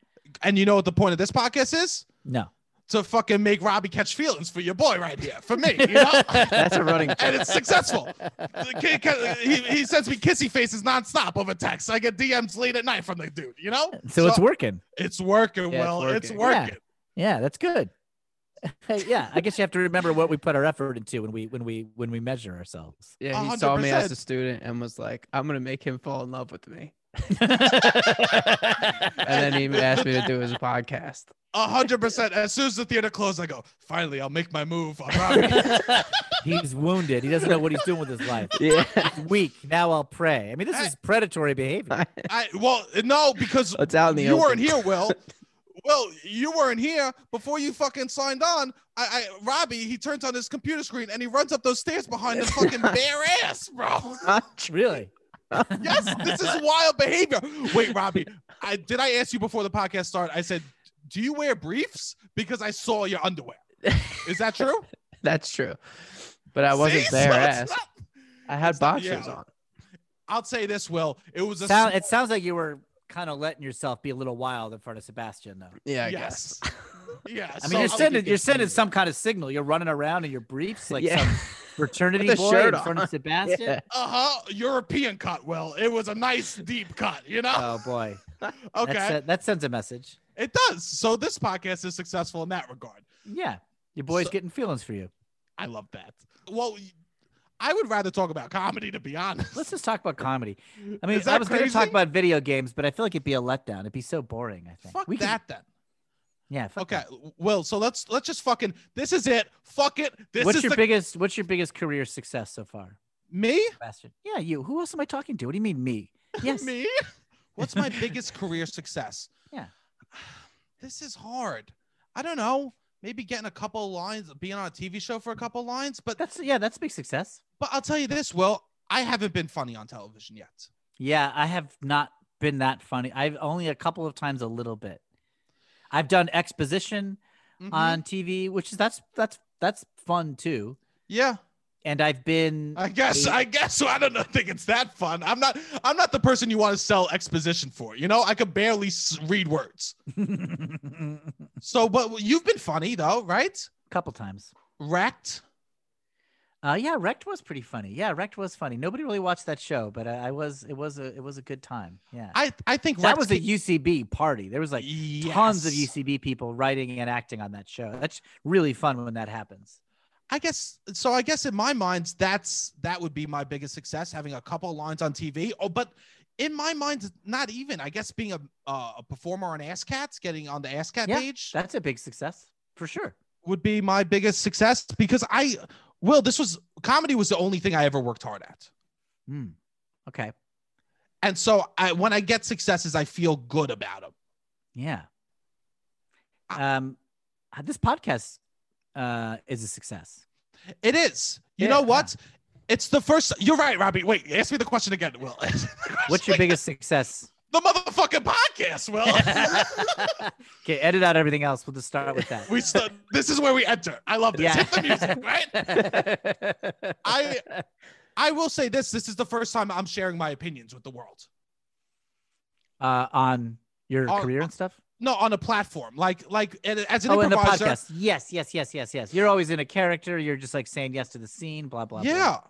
And you know what the point of this podcast is?
No,
To fucking make Robbie catch feelings for your boy right here, for me. You know?
That's a running
and it's successful. The kid ca- He, he sends me kissy faces nonstop over text. I get DMs late at night from the dude, you know?
so, it's working.
it's working,
Yeah, it's
Will. It's working.
working.
Yeah. Yeah, that's good. yeah, I guess you have to remember what we put our effort into when we when we when we measure ourselves.
Yeah, he saw me as
100%.
a student and was like, I'm gonna make him fall in love with me. And then he asked me to do his podcast.
A hundred percent. As soon as the theater closed, I go, finally, I'll make my move on Robbie.
He's wounded. He doesn't know what he's doing with his life.
Yeah.
weak. Now I'll pray. I mean, this
Hey.
is predatory behavior.
I well, no, because
It's out in the
you
open.
weren't here, Will. Well, you weren't here before you fucking signed on. I, I Robbie, he turns on his computer screen and he runs up those stairs behind his fucking bare ass, bro.
Really?
Yes, this is wild behavior. Wait, Robbie, I did I ask you before the podcast started? I said, do you wear briefs? Because I saw your underwear. Is that true?
That's true. But I wasn't
See? So
there.
it's
ass.
not-
I had
it's not-
boxers
yeah.
on.
I'll say this, Will. It was a
Sound, it sounds like you were kind of letting yourself be a little wild in front of Sebastian, though.
Yeah, I
yes.
guess.
Yeah.
I mean,
so
you're
I'll-
sending you're sending some kind of signal. You're running around in your briefs, like
yeah.
some fraternity
With a
boy
shirt
in front
on.
of Sebastian.
yeah.
uh-huh European cut. Well, it was a nice deep cut, you know.
Oh boy,
okay,
That's a- that sends a message.
it does. So this podcast is successful in that regard.
Yeah, your boy's
So-
getting feelings for you.
I love that. Well, I would rather talk about comedy, to be honest.
Let's just talk about comedy. I mean,
Is
I
that
was going to talk
crazy?
about video games, but I feel like it'd be a letdown. It'd be so boring. I think
Fuck
we could-
that then.
yeah. Fuck
Okay,
that.
well, so let's let's just fucking. This is it. Fuck it. This
what's
is
your
the
biggest What's your biggest career success so far,
me.
Sebastian? Yeah, you. Who else am I talking to? What do you mean me? Yes.
Me? What's my biggest career success?
Yeah.
This is hard. I don't know. Maybe getting a couple of lines, being on a TV show for a couple of lines, but
That's yeah. That's big success.
but I'll tell you this, Will, I haven't been funny on television yet.
Yeah, I have not been that funny. I've only a couple of times a little bit. I've done exposition
Mhm.
on TV, which is that's that's that's fun too.
yeah,
And I've been
I guess I guess so. I don't know, think it's that fun. I'm not I'm not the person you want to sell exposition for. You know, I could barely s- read words.
a
So, but you've been funny though, right?
couple times.
Wrecked.
Uh, yeah, Wrecked was pretty funny. Yeah, Wrecked was funny. Nobody really watched that show, but I, I was. It was a. It was a good time. Yeah,
I I think
that
Wrecked
was a
ca-
UCB party. There was like tons of
Yes.
UCB people writing and acting on that show. That's really fun when that happens.
I guess so. I guess in my mind, that's that would be my biggest success, having a couple of lines on TV. Oh, but in my mind, not even. I guess being a uh, a performer on ASCATs, getting on the ASCAT
Yeah,
page
That's a big success for sure.
would be my biggest success because I, Will, this was comedy was the only thing I ever worked hard at,
Hmm. Okay.
and so I when I get successes, I feel good about them.
Yeah.
I-
Um, uh, this podcast uh is a success.
It is. You
Yeah,
know what? It's the first. You're right, Robbie. Wait, ask me the question again, Will.
What's your biggest success?
the motherfucking podcast, Will?
okay, edit out everything else. We'll just start with that.
We st- this is where we enter. I love this.
Yeah.
Hit the music, right? I I will say this. This is the first time I'm sharing my opinions with the world.
uh, on your
On-
career and stuff.
No, on a platform. Like like and as an
Oh, in the
improviser.
podcast. Yes, yes, yes, yes, yes. You're always in a character. You're just like saying yes to the scene. Blah blah. blah.
yeah.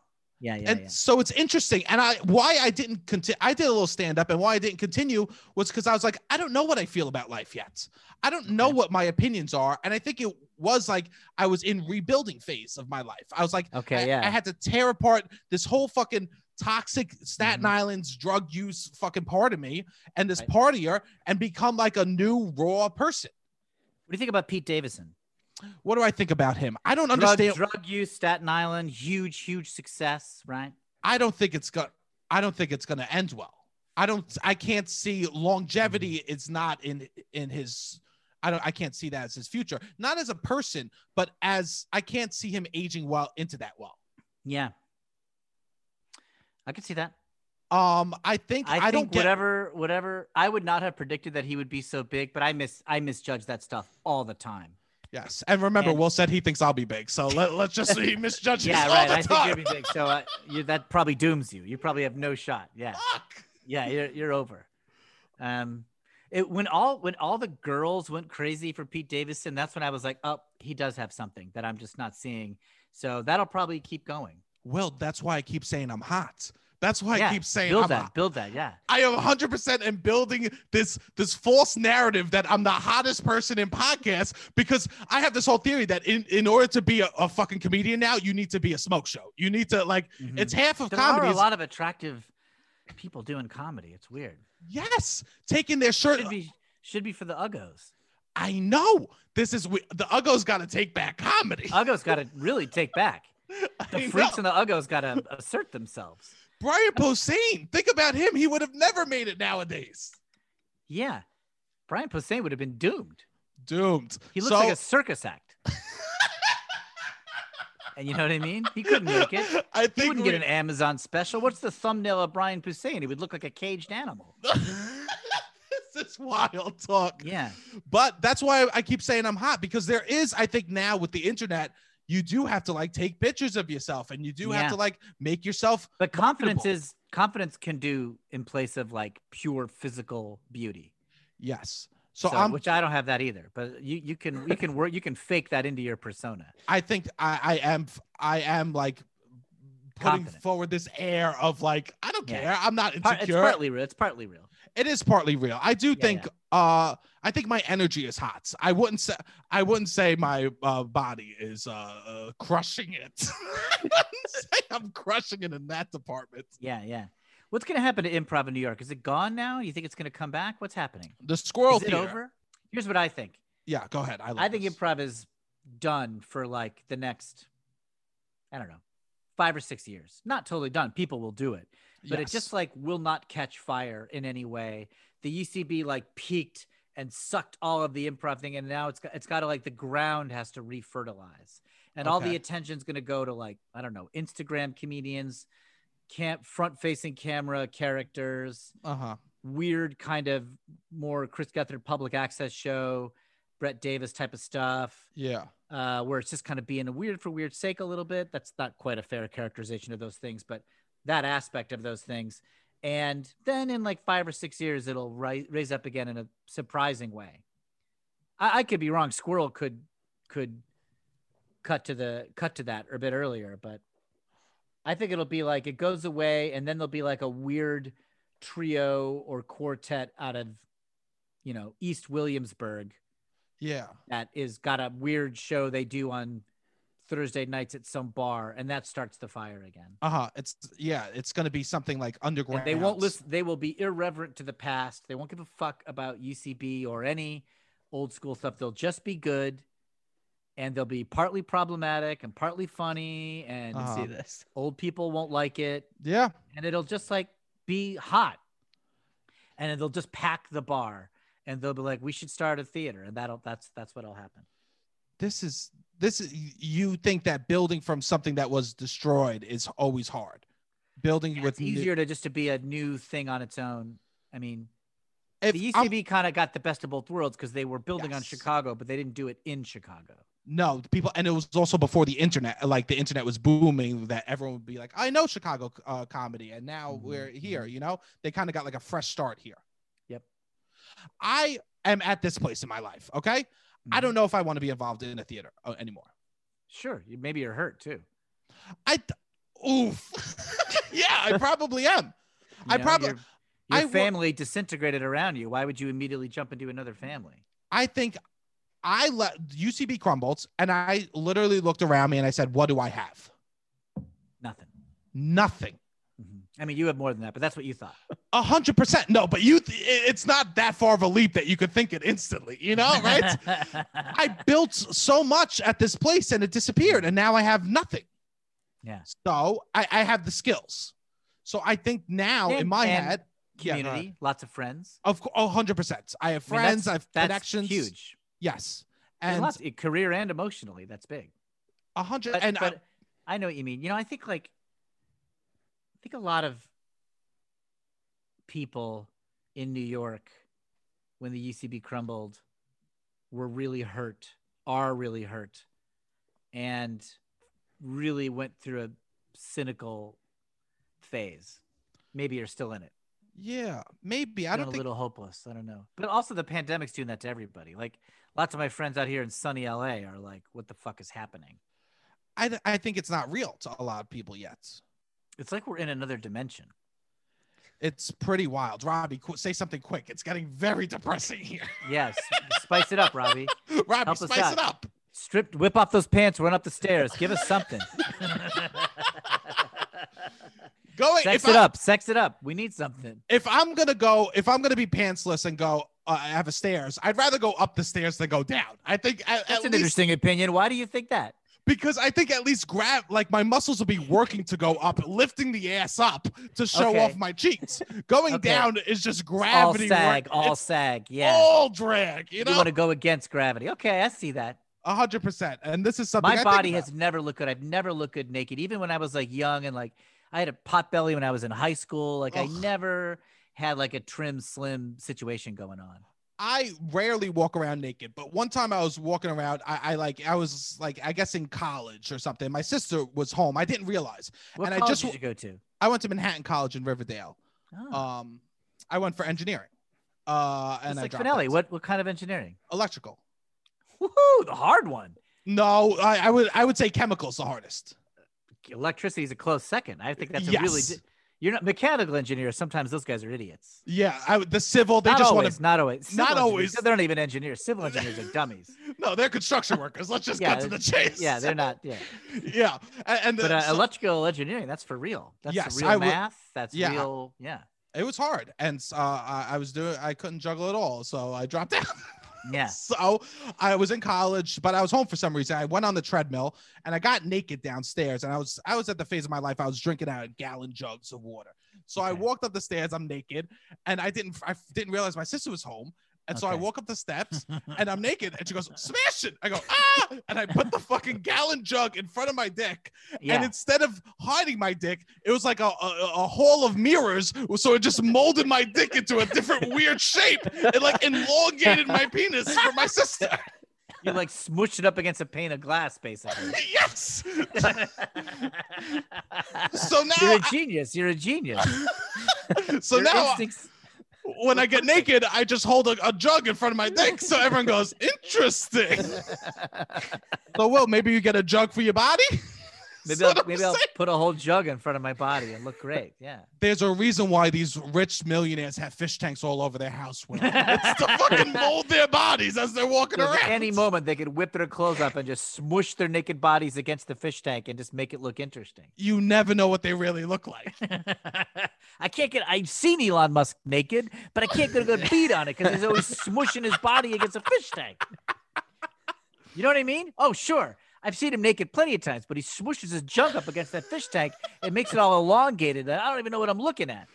yeah, yeah,
and
yeah.
so it's interesting. And I why I didn't continue I did a little stand up and why I didn't continue was because I was like, I don't know what I feel about life yet. I don't know
Okay.
what my opinions are. And I think it was like I was in rebuilding phase of my life. I was like,
Okay,
I,
yeah.
I had to tear apart this whole fucking toxic Staten Island's drug use fucking part of me and this
Mm-hmm. Right.
partier and become like a new raw person.
what do you think about Pete Davison?
What do I think about him? I don't
Drug-
understand.
drug use, Staten Island, huge, huge success, right?
I don't think it's gonna. I don't think it's gonna end well. I don't. I can't see longevity.
Mm-hmm.
It's not in in his. I don't. I can't see that as his future. Not as a person, but as I can't see him aging well into that well.
Yeah. I could see that.
Um, I think I,
I, think
don't get.
whatever, whatever. I would not have predicted that he would be so big, but I miss, I misjudge that stuff all the time.
Yes, and remember,
And-
Will said he thinks I'll be big, so let, let's just he misjudges
Yeah,
all
right.
the
I think
time.
you're be big, so uh, you, that probably dooms you. You probably have no shot. Yeah,
Fuck.
yeah, you're you're over. Um, it when all when all the girls went crazy for Pete Davidson, that's when I was like, oh, he does have something that I'm just not seeing. So that'll probably keep going.
Will, that's why I keep saying I'm hot. That's why I
Yeah,
keep saying
build
I'm
that,
hot.
build that. Yeah,
I am 100% in building this this false narrative that I'm the hottest person in podcasts because I have this whole theory that in, in order to be a, a fucking comedian now, you need to be a smoke show. You need to like it's half of
Hmm. Mm-hmm. there
comedy.
are a
is-
lot of attractive people doing comedy. It's weird.
yes, taking their shirt.
Should be should be for the Uggos.
I know this is we- the Uggos got to take back comedy.
Uggos got to really take back. The
I
freaks
know.
and the Uggos got to assert themselves.
Brian Posehn, think about him. He would have never made it nowadays.
Yeah, Brian Posehn would have been doomed.
Doomed.
He looks
So-
like a circus act. and you know what I mean? He couldn't make it.
I
He
think
wouldn't
we-
get an Amazon special. What's the thumbnail of Brian Posehn? He would look like a caged animal.
this is wild talk.
Yeah.
But that's why I keep saying I'm hot because there is, I think, now with the internet, you do have to like take pictures of yourself and you do
Yeah.
have to like make yourself.
But confidence
Marketable.
is confidence can do in place of like pure physical beauty.
Yes. So,
So,
I'm.
which I don't have that either. But you you can you can work you can fake that into your persona.
I think I, I am. I am like putting
Confident.
forward this air of like I don't
Yeah.
care. I'm not
Par- it's
insecure.
partly real. It's partly real.
it is partly real. I do think uh I think my energy is hot. I wouldn't say I wouldn't say my uh, body is uh, uh crushing it. I wouldn't say I'm crushing it in that department.
Yeah, yeah. What's gonna happen to improv in New York? Is it gone now? You think it's gonna come back? What's happening?
The squirrel
Is it
theater.
over? Here's what I think.
Yeah, go ahead. I, love
I think
this.
improv is done for like the next, I don't know, five or six years. Not totally done. People will do it, but it
Yes.
just like will not catch fire in any way. The UCB like peaked and sucked all of the improv thing, and now it's got, it's got to like the ground has to refertilize, and all the
Okay.
attention's going to go to like I don't know Instagram comedians, camp front facing camera characters,
uh-huh.
weird kind of more Chris Gethard public access show, Brett Davis type of stuff,
Yeah.
uh, where it's just kind of being a weird for weird sake a little bit. That's not quite a fair characterization of those things, but that aspect of those things. And then in like five or six years, it'll ri- raise up again in a surprising way. I, I could be wrong. Squirrel could could cut to the cut to that a bit earlier, but I think it'll be like it goes away, and then there'll be like a weird trio or quartet out of you know East Williamsburg
Yeah.
that is got a weird show they do on Thursday nights at some bar, and that starts the fire again.
Uh-huh. It's yeah, it's gonna be something like underground.
And they won't listen. They will be irreverent to the past. They won't give a fuck about UCB or any old school stuff. They'll just be good, and they'll be partly problematic and partly funny. And
Uh-huh.
see this.
old people won't like it,
Yeah.
and it'll just like be hot, and they'll just pack the bar, and they'll be like, "We should start a theater," and that'll that's that's what'll happen.
This is this is you think that building from something that was destroyed is always hard. Building
Yeah,
with
it's
new-
easier to just to be a new thing on its own. I mean,
if
the E
I'm-
UCB kind of got the best of both worlds because they were building on
Yes.
Chicago, but they didn't do it in Chicago.
No, the people, and it was also before the internet. Like the internet was booming, that everyone would be like, "I know Chicago uh, comedy," and now
Mhm,
we're
mhm.
here. You know, they kind of got like a fresh start here.
Yep.
I am at this place in my life. Okay, I
Mhm.
don't know if I want to be involved in a theater uh, anymore.
Sure, you- maybe you're hurt too.
I, th- oof, yeah, I probably am.
You
I
know,
probably,
your,
I
your
wo-
family disintegrated around you. Why would you immediately jump into another family?
I think, I let UCB crumbled, and I literally looked around me and I said, "What do I have?
Nothing.
Nothing."
Mhm. I mean, you have more than that, but that's what you thought.
A hundred percent. No, but you, th- it- it's not that far of a leap that you could think it instantly, you know, right? I built so much at this place and it disappeared and now I have nothing.
Yeah.
So I, I have the skills. So I think now in
And-
my
and
head, yeah, no,
Community, lots of friends.
of cou- a hundred percent. I have
I mean, that's-
friends. I, have
That's
connections.
huge.
Yes.
And
And
lots, eh, career and emotionally, that's big.
a hundred.
but,
And I-
but I, know what you mean. You know, I think like I think a lot of people in New York when the UCB crumbled were really hurt, are really hurt, and really went through a cynical phase. Maybe are still in it.
yeah, maybe. I
Feeling
don't
a
think,
little hopeless. I don't know. But also the pandemic's doing that to everybody. Like lots of my friends out here in sunny LA are like, what the fuck is happening?
I, th- I think it's not real to a lot of people yet.
It's like we're in another dimension.
It's pretty wild. Robbie, qu- say something quick. It's getting very depressing here.
Yes, spice it up, Robbie.
Robbie,
Help us
spice
out.
it up.
Strip, whip off those pants, run up the stairs, give us something.
Go in-
sex
if
it
I,
up, sex it up. We need something.
If I'm gonna go, if I'm gonna be pantsless and go, uh, I have a stairs. I'd rather go up the stairs than go down. I think at,
That's
at
an
least
interesting opinion. Why do you think that?
because I think at least grab like my muscles will be working to go up, lifting the ass up to show
Okay.
off my cheeks. Going
Okay.
down is just
All
gravity.
sag,
work-
all
it's
sag. Yeah,
all drag. You
you want
know,
to go against gravity. Okay, I see that.
hundred percent. And this is something I
My
think
body
about.
has never looked good. I've never looked good naked, even when I was like young and like I had a pot belly when I was in high school. Like I
Ugh.
never had like a trim slim situation going on.
I rarely walk around naked, but one time I was walking around. I, I like I was like I guess in college or something. My sister was home. I didn't realize.
What
And I
college
just
did
w-
you go to?
I went to Manhattan College in Riverdale.
Oh,
Um, I went for engineering. Uh, and
it's
I
like
dropped
finale.
out.
What what kind of engineering?
electrical?
Woohoo! The hard one.
No, I, I would I would say chemicals the hardest.
Electricity is a close second. I think that's a really.
Yes.
di- You're not mechanical engineers. Sometimes those guys are idiots.
Yeah, I would the civil they
not
just want
always. Not always. Civil
not
engineers,
always.
They're not even engineers. Civil engineers are dummies.
to no, they're construction workers. Let's just
Yeah,
cut to the chase.
Yeah, they're not. Yeah.
yeah, and, and the-
But uh,
so-
electrical engineering, that's for real. That's
Yes,
real
I would-
math. That's
Yeah.
real. Yeah.
it was hard, and uh, I, I was doing I couldn't juggle at all, so I dropped out.
Yeah.
So I was in college, but I was home for some reason. I went on the treadmill and I got naked downstairs. And I was I was at the phase of my life I was drinking out of gallon jugs of water. So I
Okay.
walked up the stairs. I'm naked, and I didn't I didn't realize my sister was home. And so I
Okay.
walk up the steps and I'm naked. And she goes, smash it. I go, ah. And I put the fucking gallon jug in front of my dick. And
Yeah.
instead of hiding my dick, it was like a, a, a hall of mirrors. So it just molded my dick into a different weird shape. It like elongated my penis for my sister.
you like smush it up against a pane of glass, basically.
yes.
You're
So now,
a genius. You're a genius.
so
Your
now
instincts-
when I get naked, I just hold a, a jug in front of my dick. So everyone goes, interesting. So, Will, maybe you get a jug for your body?
maybe
So
I'll,
I'm
maybe I'll
saying-
put a whole jug in front of my body and look great. Yeah.
There's a reason why these rich millionaires have fish tanks all over their house. Will. It's to fucking mold their bodies as they're walking
Because
around.
at any moment they could whip their clothes up and just smush their naked bodies against the fish tank and just make it look interesting.
you never know what they really look like.
I can't get. I've seen Elon Musk naked, but I can't get a good bead on it because he's always smushing his body against a fish tank. You know what I mean? Oh, sure. I've seen him naked plenty of times, but he smushes his junk up against that fish tank. It makes it all elongated. and I don't even know what I'm looking at.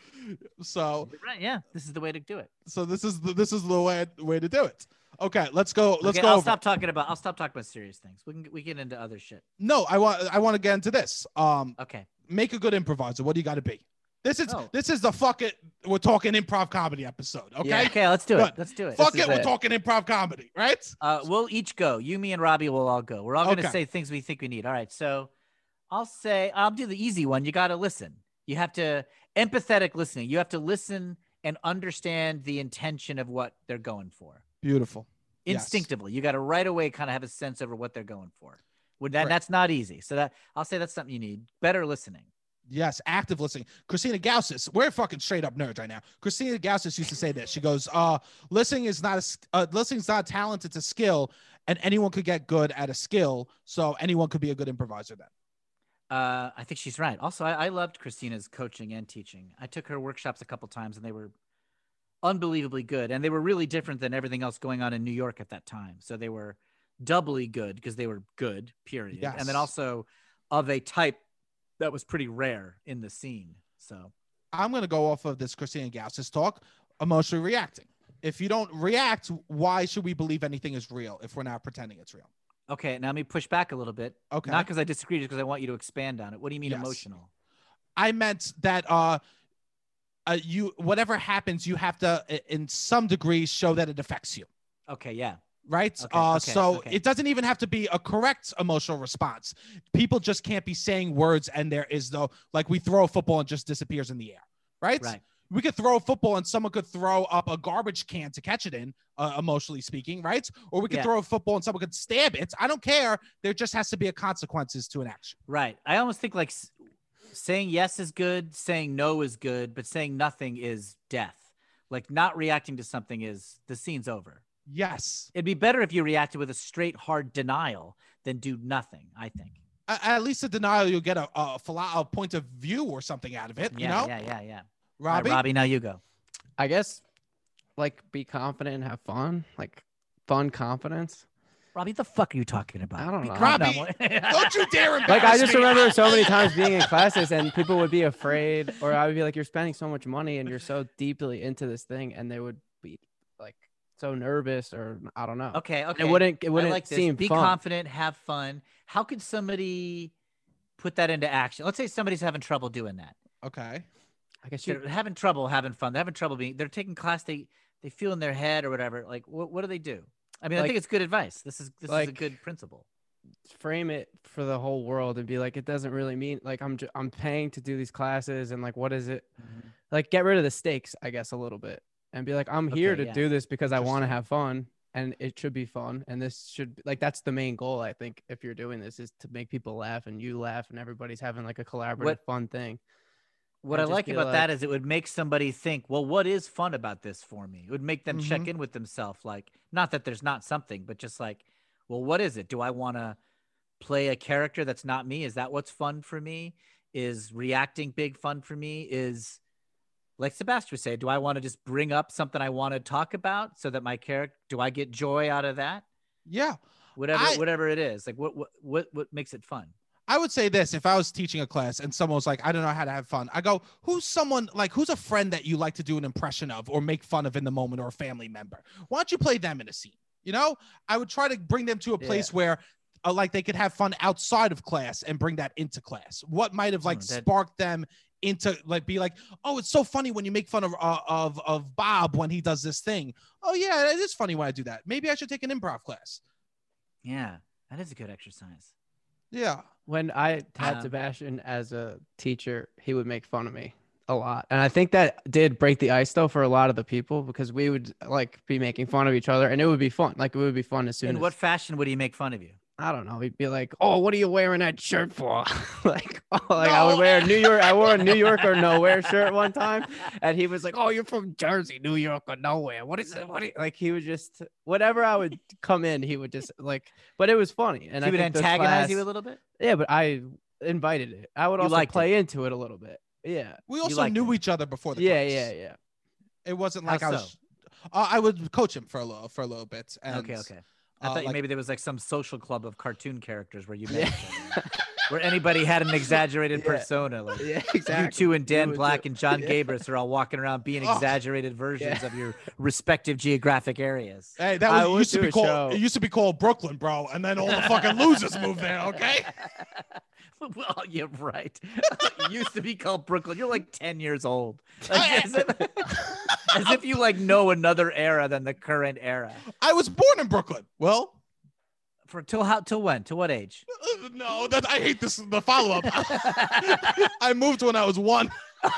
So,
Right? Yeah, this is the way to do it.
so this is the, this is the way way to do it. Okay, let's go. Let's
Okay,
go.
I'll
over.
stop talking about. I'll stop talking about serious things. We can get- we get into other shit.
No, I want I want to get into this. Um,
Okay.
make a good improviser. What do you got to be? This is
Oh.
this is the fuck it. We're talking improv comedy episode. Okay,
Yeah, okay. Let's do it.
Good.
Let's do it.
fuck
This
it.
is
We're
it.
talking improv comedy, right?
Uh, we'll each go. You, me, and Robbie will all go. We're all going to
Okay.
say things we think we need. All right. So I'll say, I'll do the easy one. You got to listen. You have to, empathetic listening. You have to listen and understand the intention of what they're going for
Beautiful. Yes.
instinctively. You got to right away kind of have a sense over what they're going for. Would that,
Right.
That's not easy. So that I'll say that's something you need. Better listening.
Yes, active listening. Christina Gaussis, we're fucking straight up nerds right now. Christina Gaussis used to say this. She goes, "Uh, listening is not a s- uh, listening is not a talent; it's a skill, and anyone could get good at a skill. So anyone could be a good improviser. Then
Uh, I think she's right. Also, I, I loved Christina's coaching and teaching. I took her workshops a couple times, and they were unbelievably good. And they were really different than everything else going on in New York at that time. So they were doubly good because they were good, period. And
Yes.
then also of a type that was pretty rare in the scene. So
I'm gonna go off of this Christina Gaussis talk. Emotionally reacting. If you don't react, why should we believe anything is real if we're not pretending it's real?
okay, now let me push back a little bit.
Okay.
Not because I disagree, just because I want you to expand on it. What do you mean
Yes.
emotional?
I meant that uh, uh, you whatever happens, you have to i- in some degree show that it affects you.
Okay, yeah.
right?
Okay,
uh,
okay,
so
okay.
it doesn't even have to be a correct emotional response. People just can't be saying words, and there is no like we throw a football and just disappears in the air, right?
Right.
We could throw a football and someone could throw up a garbage can to catch it in, uh, emotionally speaking, right? Or we could
Yeah.
throw a football and someone could stab it. I don't care. There just has to be a consequences to an action.
Right. I almost think like s- saying yes is good, saying no is good, but saying nothing is death. Like not reacting to something is the scene's over.
Yes.
It'd be better if you reacted with a straight hard denial than do nothing, I think.
A- at least a denial, you'll get a, a, philo- a point of view or something out of it. you
Yeah,
know,
yeah, yeah, yeah. All right,
Robbie.
Robbie, now you go.
I guess like be confident and have fun. Like fun confidence.
Robbie, the fuck are you talking about?
I don't
Be
know.
confident.
Don't you dare embarrass
Like I just
me.
remember so many times being in classes and people would be afraid or I would be like, You're spending so much money and you're so deeply into this thing and they would be like so nervous or I don't know.
okay, okay.
It wouldn't it wouldn't
I like this.
seem
Be
fun.
confident, have fun. How could somebody put that into action? Let's say somebody's having trouble doing that.
Okay.
I guess you
They're having trouble having fun. They're having trouble being. They're taking class. They they feel in their head or whatever. Like what what do they do? I mean, I
Like-
think it's good advice. This is this is a
like-
good principle.
frame it for the whole world and be like, it doesn't really mean like I'm ju- I'm paying to do these classes and like what is it? Like get rid of the stakes, I guess, a little bit and be like, I'm here
Okay,
to
yeah.
do this because I want to
Interesting.
have fun and it should be fun and this should be like that's the main goal I think if you're doing this is to make people laugh and you laugh and everybody's having like a collaborative
What-
fun thing.
What
I
I
just
like
feel
about
like-
that is it would make somebody think, well, what is fun about this for me? It would make them check
Mm-hmm.
Mhm.
in with themselves. Like, not that there's not something, but just like, well, what is it? Do I want to play a character that's not me? Is that what's fun for me? Is reacting big fun for me? Is like Sebastian said, do I want to just bring up something I want to talk about so that my character, do I get joy out of that?
Yeah.
Whatever,
I-
whatever it is, like what, what, what, what makes it fun?
I would say this if I was teaching a class and someone was like, I don't know how to have fun, I go, Who's someone like who's a friend that you like to do an impression of or make fun of in the moment or a family member? Why don't you play them in a scene? You know, I would try to bring them to a place where uh, like they could have fun outside of class and bring that into class. What might have like
Hmm,
Mm, that-
sparked them into like be like, oh, it's so funny when you make fun of uh, of of Bob when he does this thing. Oh yeah, it is funny when I do that. Maybe I should take an improv class.
Yeah. That is a good exercise.
Yeah.
when I had
Um,
Sebastian as a teacher, he would make fun of me a lot. And I think that did break the ice though for a lot of the people because we would like be making fun of each other and it would be fun. Like it would be fun as soon
In
as
what fashion would he make fun of you?
I don't know, he'd be like, Oh, what are you wearing that shirt for? like oh, like I
No.
would wear a New York I wore a New York or nowhere shirt one time. And he was like, Oh, you're from Jersey, New York or nowhere. What is it? What are you-" like he would just whatever I would come in, he would just like but it was funny. And
he
I
would
think the
antagonize you
class-
a little bit.
yeah, but I invited it. I would
You
also
liked
play into it a little bit. Yeah.
We also
liked
knew
him.
each other before the
Yeah,
class.
yeah, yeah.
It wasn't
How
like I was. Uh, I would coach him for a little for a little bit. And,
okay, okay. I
uh,
thought you
like-
maybe there was like some social club of cartoon characters where you met
Yeah.
each other, where anybody had an exaggerated
Yeah.
persona. Like
Yeah, exactly.
you two and Dan
You would
Black
do-
and John
Yeah.
Gabris are all walking around being
Oh.
exaggerated versions of your respective geographic areas.
Hey,
I
that was, it
would
used to
do
be
a
called.
show.
It used to be called Brooklyn, bro. And then all the fucking losers moved there. Okay.
well, you're right. It used to be called Brooklyn. You're like 10 years old.
I-
Like, as, if, as if you like know another era than the current era.
I was born in Brooklyn. Well,
For till how till when? To what age?
uh, no, that I hate this. The follow up. I moved when I was one.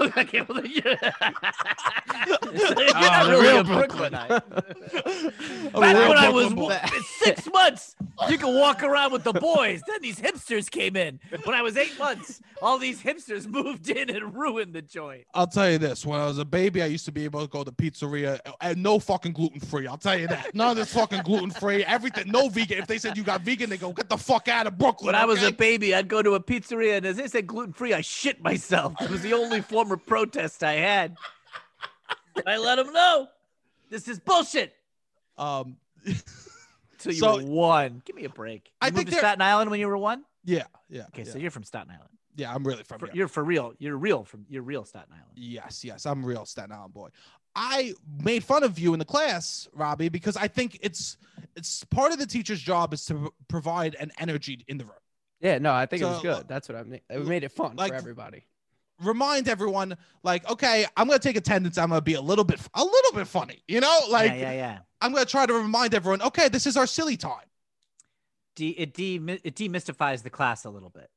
okay, well, then you're You're
Ah,
not
the
really
real
a
Brooklyn.
Brooklynite.
A
Back
real
when I was
Brooklyn boy.
wa- six months, you could walk around with the boys. Then these hipsters came in. When I was eight months, all these hipsters moved in and ruined the joint.
I'll tell you this: when I was a baby, I used to be able to go to pizzeria and no fucking gluten free. I'll tell you that. None of this fucking gluten free. Everything, no vegan. If they said you got vegan, they go get the fuck out of Brooklyn.
When I was
okay?
a baby, I'd go to a pizzeria, and as they said gluten free, I shit myself. It was the only form of protest I had. I let them know this is bullshit.
um,
Till you
So-
were one. Give me a break.
I
You moved
think
to
there-
Staten Island when you were one.
yeah, yeah.
Okay,
yeah.
so you're from Staten Island.
Yeah, I'm really from
For,
here.
You're for real. You're real from. You're real Staten Island.
Yes, yes, I'm a real Staten Island boy. I made fun of you in the class, Robbie, because I think it's it's part of the teacher's job is to pro- provide an energy in the room.
Yeah, no, I think it
So,
was good. That's what I mean. It made it fun
like-
for everybody.
Remind everyone, like, okay, I'm gonna take attendance. I'm gonna be a little bit a little bit funny, you know, like
yeah, yeah, yeah.
I'm gonna try to remind everyone, okay, this is our silly time.
De- it de- it demystifies the class a little bit.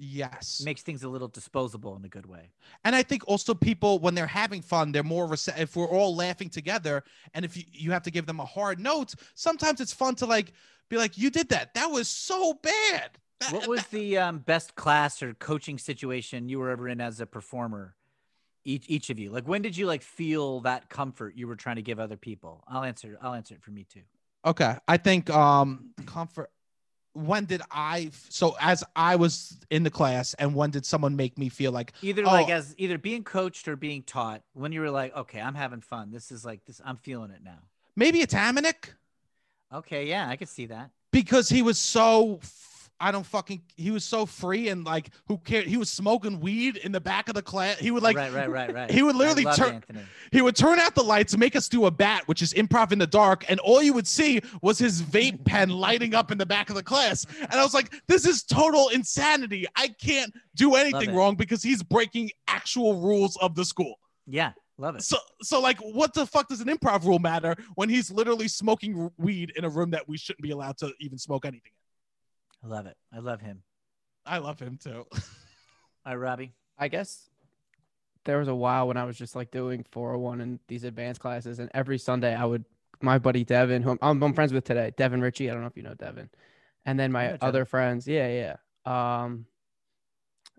Yes,
Makes things a little disposable in a good way.
and I think also people when they're having fun, they're more rece- if we're all laughing together, and if you you have to give them a hard note, sometimes it's fun to like be like, you did that. That was so bad. That-
What was the um, best class or coaching situation you were ever in as a performer? Each each of you. Like when did you like feel that comfort you were trying to give other people? I'll answer. I'll answer it for me too.
Okay. I think um comfort when did I f- so as I was in the class and when did someone make me feel like
Either like
Oh.
as either being coached or being taught. When you were like, okay, I'm having fun. This is like this. I'm feeling it now.
maybe it's Hamanek
Okay, yeah, I could see that.
because he was so f- I don't fucking. He was so free and like, who cared? He was smoking weed in the back of the class. He would like,
right, right, right, right.
he would
I
literally
love
turn-
Anthony.
he would turn out the lights, make us do a bat, which is improv in the dark, and all you would see was his vape pen lighting up in the back of the class. And I was like, this is total insanity. I can't do anything
it.
wrong because he's breaking actual rules of the school.
Yeah, love it.
So, so like, what the fuck does an improv rule matter when he's literally smoking r- weed in a room that we shouldn't be allowed to even smoke anything?
I love it. I love him.
in? I love him too.
All right, Robbie.
I guess there was a while when I was just like doing 401 and these advanced classes, and every Sunday I would my buddy Devin, who I'm, I'm friends with today, Devin Ritchie. I don't know if you know Devin, and then
know
my
Devin.
other friends, yeah, yeah, um,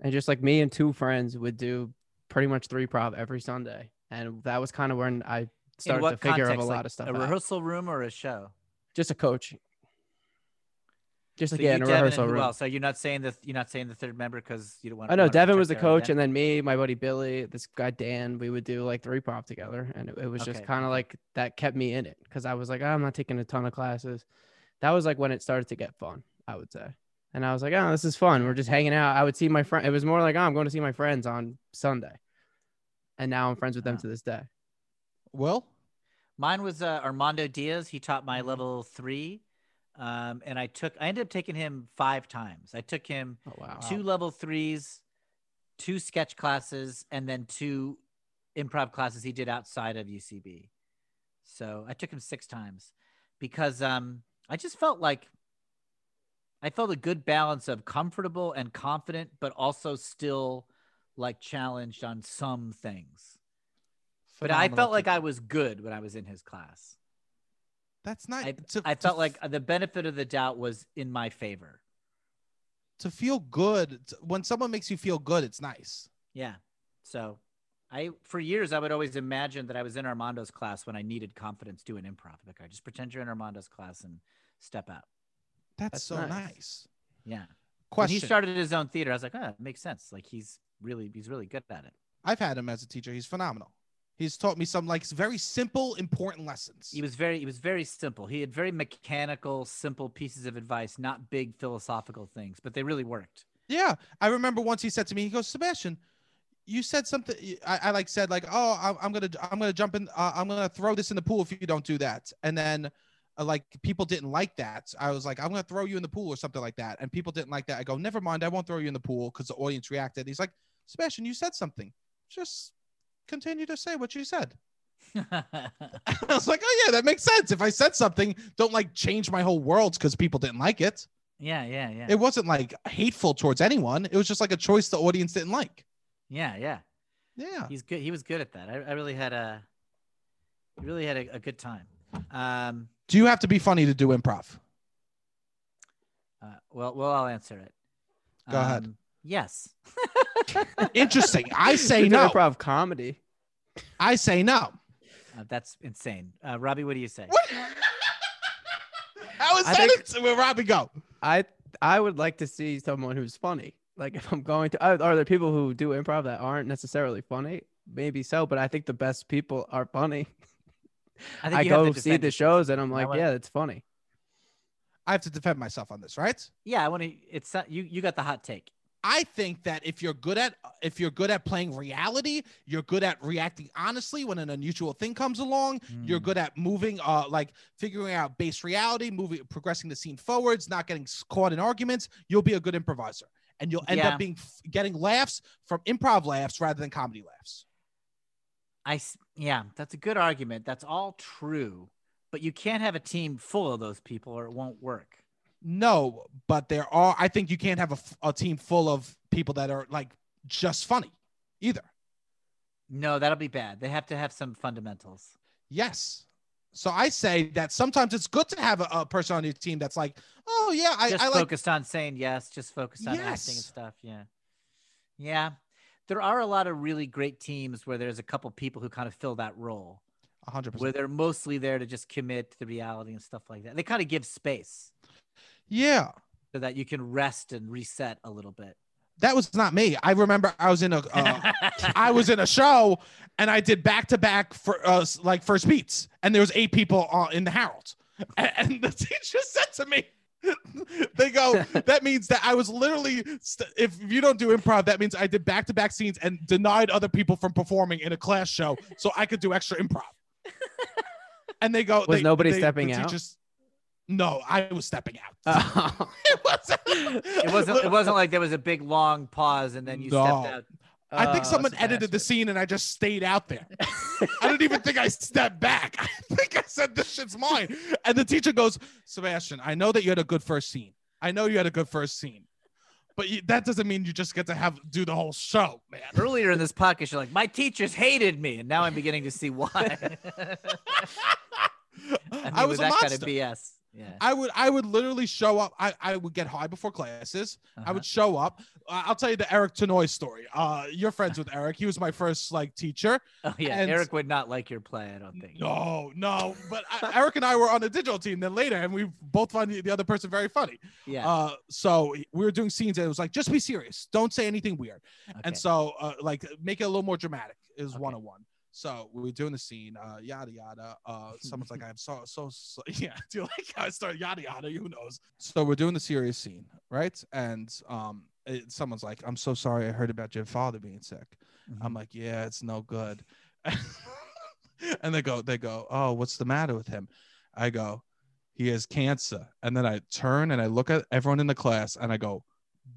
and just like me and two friends would do pretty much three prov every Sunday, and that was kind of when I
In
started
what
to figure
context?
out a
Like,
lot of stuff.
A
out.
rehearsal room or a show?
Just a coach, just like
So
yeah,
you,
in a
Devin, and
rehearsal
who
room.
else? Are you not saying the you're not saying the third member because you don't want?
I know Devin was the coach, and then me, my buddy Billy, this guy Dan, we would do like three prop together, and it, it was just
Okay,
kind of like that kept me in it because I was like, "Oh, I'm not taking a ton of classes. That was like when it started to get fun, I would say, and I was like, oh, this is fun. We're just hanging out. I would see my friend. It was more like, oh, I'm going to see my friends on Sunday, and now I'm friends with them
Wow.
to this day.
Well,
Mine was uh, Armando Diaz. He taught
Mm-hmm.
my level three, um, and I took. I ended up taking him five times. I took him
Oh wow,
two level threes, two sketch classes, and then two improv classes he did outside of UCB. So I took him six times because um, I just felt like I felt a good balance of comfortable and confident, but also still like challenged on some things. But I felt like I was good when I was in his class.
that's not.
I,
to-
I
to
felt
f-
like the benefit of the doubt was in my favor.
to feel good t- when someone makes you feel good, it's nice.
Yeah. So I for years I would always imagine that I was in Armando's class when I needed confidence doing improv. Like I just pretend you're in Armando's class and step out.
That's,
That's
so nice.
nice.
Yeah. When
Question.
he started his own theater, I was like, oh, it makes sense. Like he's really he's really good at it.
I've had him as a teacher. He's phenomenal. He's taught me some like very simple, important lessons.
He was very he was very simple. He had very mechanical, simple pieces of advice, not big philosophical things, but they really worked.
Yeah, I remember once he said to me, he goes, Sebastian, you said something. I, I like said like, oh, I, I'm gonna, I'm gonna jump in, uh, I'm gonna throw this in the pool if you don't do that. And then, uh, like, people didn't like that. I was like, I'm gonna throw you in the pool or something like that. And people didn't like that. I go, never mind, I won't throw you in the pool because the audience reacted. He's like, Sebastian, you said something. Just continue to say what you said. I was like, oh yeah, that makes sense. If I said something, don't like change my whole world because people didn't like it.
yeah, yeah, yeah.
It wasn't like hateful towards anyone. It was just like a choice the audience didn't like.
yeah, yeah.
Yeah.
he's good he was good at that i, I really had a I really had a, a good time um
Do you have to be funny to do improv?
uh, well well i'll answer it Um,
Go ahead.
yes
Interesting. I say
We did
no.
improv comedy.
I say no.
uh, that's insane uh, robbie what do you say
What? How is
I
that?
think-
ins- Where Robbie go?
I I would like to see someone who's funny. Like if I'm going to, are are there people who do improv that aren't necessarily funny? Maybe so, but I think the best people are funny.
think
I
you have to
go see
defend
the
yourself.
shows and I'm
I
like,
wanna-
yeah, it's funny.
I have to defend myself on this, right?
yeah i want to it's not you you got the hot take
I think that if you're good at if you're good at playing reality, you're good at reacting honestly when an unusual thing comes along. You're
Mm.
good at moving, uh, like figuring out base reality, moving, progressing the scene forwards, not getting s- caught in arguments. You'll be a good improviser, and you'll end
Yeah.
up being f- getting laughs from improv laughs rather than comedy laughs.
i s- yeah that's a good argument that's all true but you can't have a team full of those people or it won't work
No, but there are. I think you can't have a, f- a team full of people that are like just funny, either.
no that'll be bad they have to have some fundamentals
Yes. So I say that sometimes it's good to have a, a person on your team that's like, oh yeah, I,
just
I like
focused on saying yes, just focused on acting and
Yes.
stuff. Yeah. Yeah. There are a lot of really great teams where there's a couple people who kind of fill that role,
hundred
where
percent.
they're mostly there to just commit to the reality and stuff like that. They kind of give space
Yeah,
so that you can rest and reset a little bit. Um,
that was not me. I remember I was in a uh, I was in a show and I did back to back for uh, s- like first beats, and there was eight people uh, in the Harold, and, and the teacher said to me, they go that means that i was literally st- if you don't do improv that means i did back-to-back scenes and denied other people from performing in a class show so i could do extra improv and they go
Was
they-
nobody
they- the
stepping out?
teachers- no i was stepping out
Oh,
it wasn't
It wasn't. It wasn't like there was a big long pause and then you
No.
stepped out.
i think
Oh,
someone
that's a
edited the
bastard.
scene and i just stayed out there i don't even think i stepped back i think i said this shit's mine and the teacher goes sebastian i know that you had a good first scene i know you had a good first scene but you, that doesn't mean you just get to have do the whole show man
Earlier in this podcast, you're like, my teachers hated me, and now I'm beginning to see why. I, mean,
I was
with
a
that
monster.
kind of BS. Yeah.
I would I would literally show up. I, I would get high before classes. I
Uh-huh.
would show up. Uh, I'll tell you the Eric Tenoy story. Uh, you're friends with Eric. He was my first like teacher.
Oh yeah,
and-
Eric would not like your play. I don't think.
No, no. But I, Eric and I were on the digital team then later, and we both found the, the other person very funny.
Yeah.
Uh, so we were doing scenes, and it was like, just be serious. Don't say anything weird. And
okay.
so, uh, like, make it a little more dramatic is
Okay.
one on one. So we were doing the scene, uh, yada yada. Uh, someone's like, "I'm so so, so yeah." Do you like how I start yada yada? Who knows? So we're doing the serious scene, right? And um, it, someone's like, "I'm so sorry, I heard about your father being sick."
Mm-hmm.
I'm like, "Yeah, it's no good." and they go, they go, "Oh, what's the matter with him?" I go, "He has cancer." And then I turn and I look at everyone in the class and I go,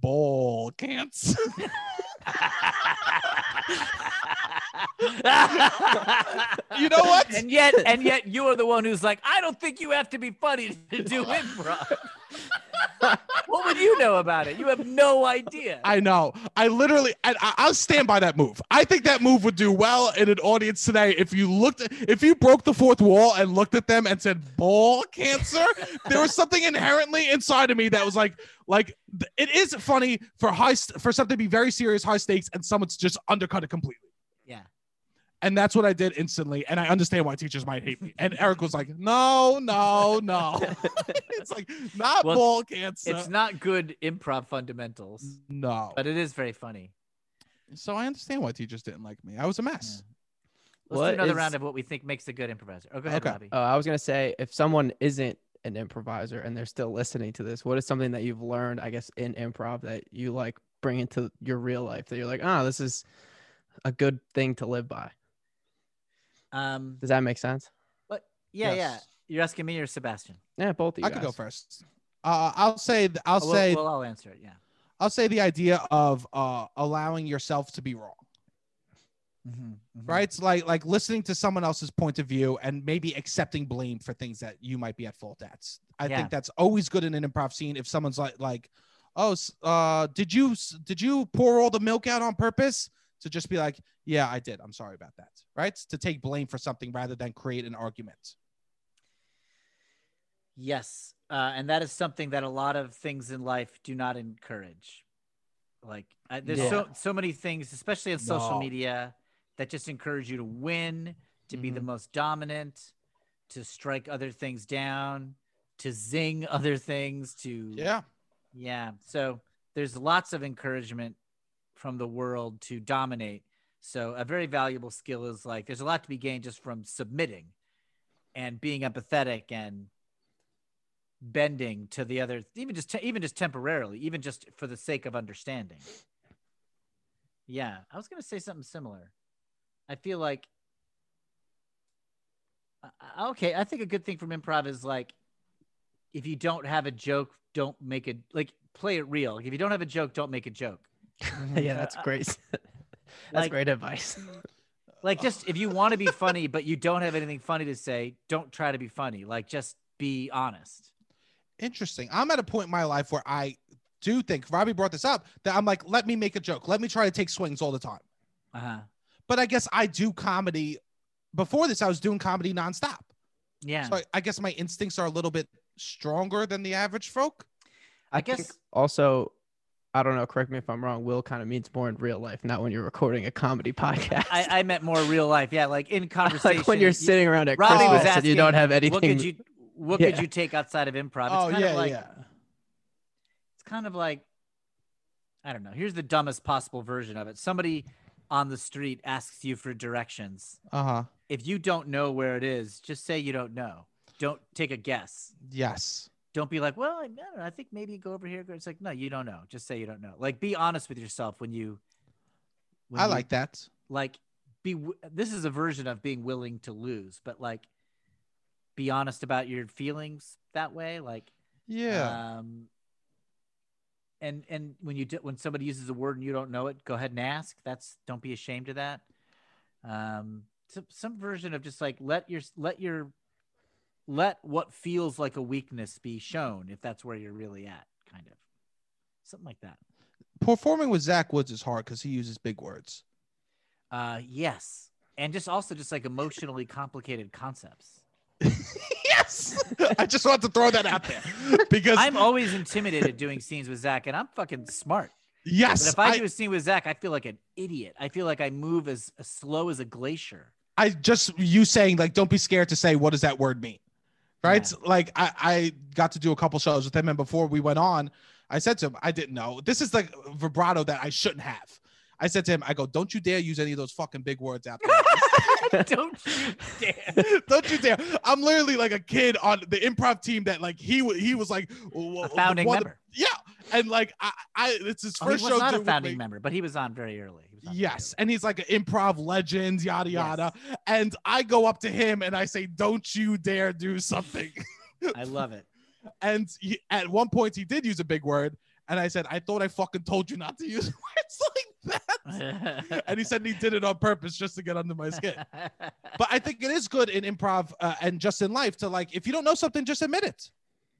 "Bowl cancer." You know what?
And yet, and yet, you are the one who's like, I don't think you have to be funny to do improv. what would you know about it? You have no idea.
I know. I literally, and I, I'll stand by that move. I think that move would do well in an audience today. If you looked, if you broke the fourth wall and looked at them and said "ball cancer," there was something inherently inside of me that was like, like th- it is funny for high st- for something to be very serious, high stakes, and someone's just undercut it completely.
Yeah.
And that's what I did instantly. And I understand why teachers might hate me. And Eric was like, "No, no, no." it's like not
Well,
ball cancer.
it's not good improv fundamentals,
no.
but it is very funny.
So I understand why teachers didn't like me. I was a mess.
Let's
What
do another
is-
round of what we think makes a good improviser. Oh, go ahead,
Okay. Uh,
Robbie.
Oh, I was gonna say if someone isn't an improviser and they're still listening to this, what is something that you've learned, I guess, in improv that you like bring into your real life that you're like, oh, this is a good thing to live by.
Um,
Does that make sense?
but yeah, yeah.
Yes.
You're asking me or Sebastian?
Yeah, both of you.
I could go
guys.
first. Uh, I'll say th- I'll
Oh, we'll,
say
we'll all answer it. Yeah.
I'll say the idea of uh, allowing yourself to be wrong,
Mm-hmm.
Mhm, right? It's like like listening to someone else's point of view and maybe accepting blame for things that you might be at fault at. I
Yeah.
think that's always good in an improv scene if someone's like like, oh, s- uh, did you s- did you pour all the milk out on purpose? To just be like, yeah, I did. I'm sorry about that, right? To take blame for something rather than create an argument.
Yes. Uh, and that is something that a lot of things in life do not encourage. Like I, there's so so many things, especially on social
No.
media, that just encourage you to win, to be the most dominant, to strike other things down, to zing other things, to
Yeah,
yeah. So there's lots of encouragement from the world to dominate. So a very valuable skill is like there's a lot to be gained just from submitting and being empathetic and bending to the other even just te- even just temporarily, even just for the sake of understanding. Yeah, I was going to say something similar. I feel like I- I- okay, I think a good thing from improv is like if you don't have a joke, don't make it like play it real. If you don't have a joke, don't make a joke.
yeah, that's great. that's
Like-
great advice.
Like just if you want to be funny but you don't have anything funny to say, don't try to be funny. Like just be honest.
Interesting. I'm at a point in my life where I do think Robbie brought this up that I'm like, let me make a joke. Let me try to take swings all the time.
Uh-huh.
But I guess I do comedy. Before this, I was doing comedy nonstop.
Yeah.
So I, I guess my instincts are a little bit stronger than the average folk.
I
think
guess
also, I don't know. Correct me if I'm wrong. Will kind of means more in real life, not when you're recording a comedy podcast.
I, I meant more real life. Yeah, like in conversation.
like when you're
you-
sitting around at
Robbie was
Christmas and you
asking,
don't have
what
anything.
could you what
Yeah.
could you take outside of improv? Uh, It's
Oh
kind
yeah,
of like
yeah.
it's kind of like I don't know. Here's the dumbest possible version of it. Somebody on the street asks you for directions.
Uh huh.
If you don't know where it is, just say you don't know. Don't take a guess.
Yes.
Don't be like, well, I, I don't know. I think maybe go over here. It's like, no, you don't know. Just say you don't know. Like, be honest with yourself when you. when
I
you-
like that.
like be. w- This is a version of being willing to lose, but like, be honest about your feelings that way. Like,
Yeah.
um, and and when you do, when somebody uses a word and you don't know it, go ahead and ask. That's don't be ashamed of that. Um, some, some version of just like let your let your let what feels like a weakness be shown if that's where you're really at, kind of something like that.
Performing with Zach Woods is hard because he uses big words.
Uh, yes, and just also just like emotionally complicated concepts.
Yes. I just want to throw that out there because
I'm always intimidated doing scenes with Zach, and I'm fucking smart. But
yes,
if I,
I,
do a scene with Zach, I feel like an idiot. I feel like I move as, as slow as a glacier.
I just you saying like don't be scared to say what does that word mean, right? So,
Yeah.
Like I I got to do a couple shows with him, and before we went on, I said to him I didn't know this is like vibrato that I shouldn't have. I said to him I go don't you dare use any of those fucking big words out there.
Don't you dare.
don't you dare! I'm literally like a kid on the improv team that like he wa- he was like
A founding member.
yeah, and like I I it's his
Oh, he
first
was
show
not a
doing with me.
founding member, but he was on very early. He was on very
Yes, and he's like an improv legend, yada
Yes.
yada. And I go up to him and I say, "Don't you dare do something."
early. I love it.
and he, at one point, he did use a big word, and I said, "I thought I fucking told you not to use words like that." and he said he did it on purpose just to get under my skin. But I think it is good in improv uh, and just in life to like, if you don't know something, just admit it.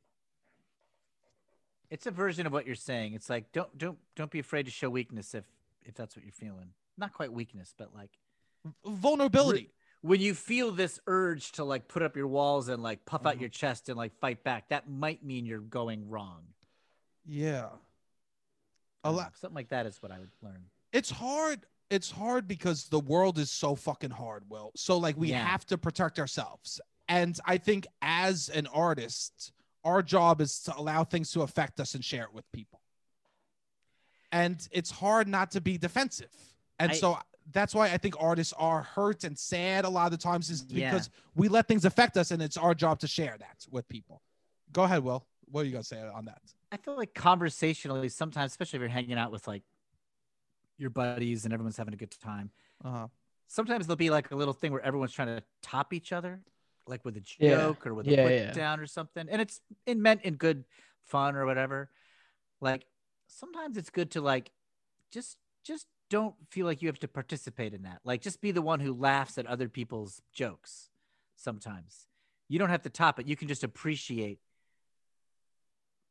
it's a version of what you're saying. It's like don't don't don't be afraid to show weakness if if that's what you're feeling. Not quite weakness, but like
Vulnerability.
when you feel this urge to like put up your walls and like puff
Mm-hmm.
out your chest and like fight back, that might mean you're going wrong.
Yeah.
I
A
don't
lot.
know. Something like that is what I would learn.
it's hard it's hard because the world is so fucking hard will so like we
Yeah.
have to protect ourselves and i think as an artist our job is to allow things to affect us and share it with people and it's hard not to be defensive and
I-
so that's why i think artists are hurt and sad a lot of the times is
Yeah.
because we let things affect us and it's our job to share that with people go ahead will what are you gonna say on that
I feel like conversationally, sometimes, especially if you're hanging out with like your buddies and everyone's having a good time,
uh-huh.
sometimes there'll be like a little thing where everyone's trying to top each other, like with a joke
Yeah.
or with a
Yeah,
put
yeah.
down or something. And it's in meant in good fun or whatever. Like sometimes it's good to like just just don't feel like you have to participate in that. Like just be the one who laughs at other people's jokes sometimes. You don't have to top it. You can just appreciate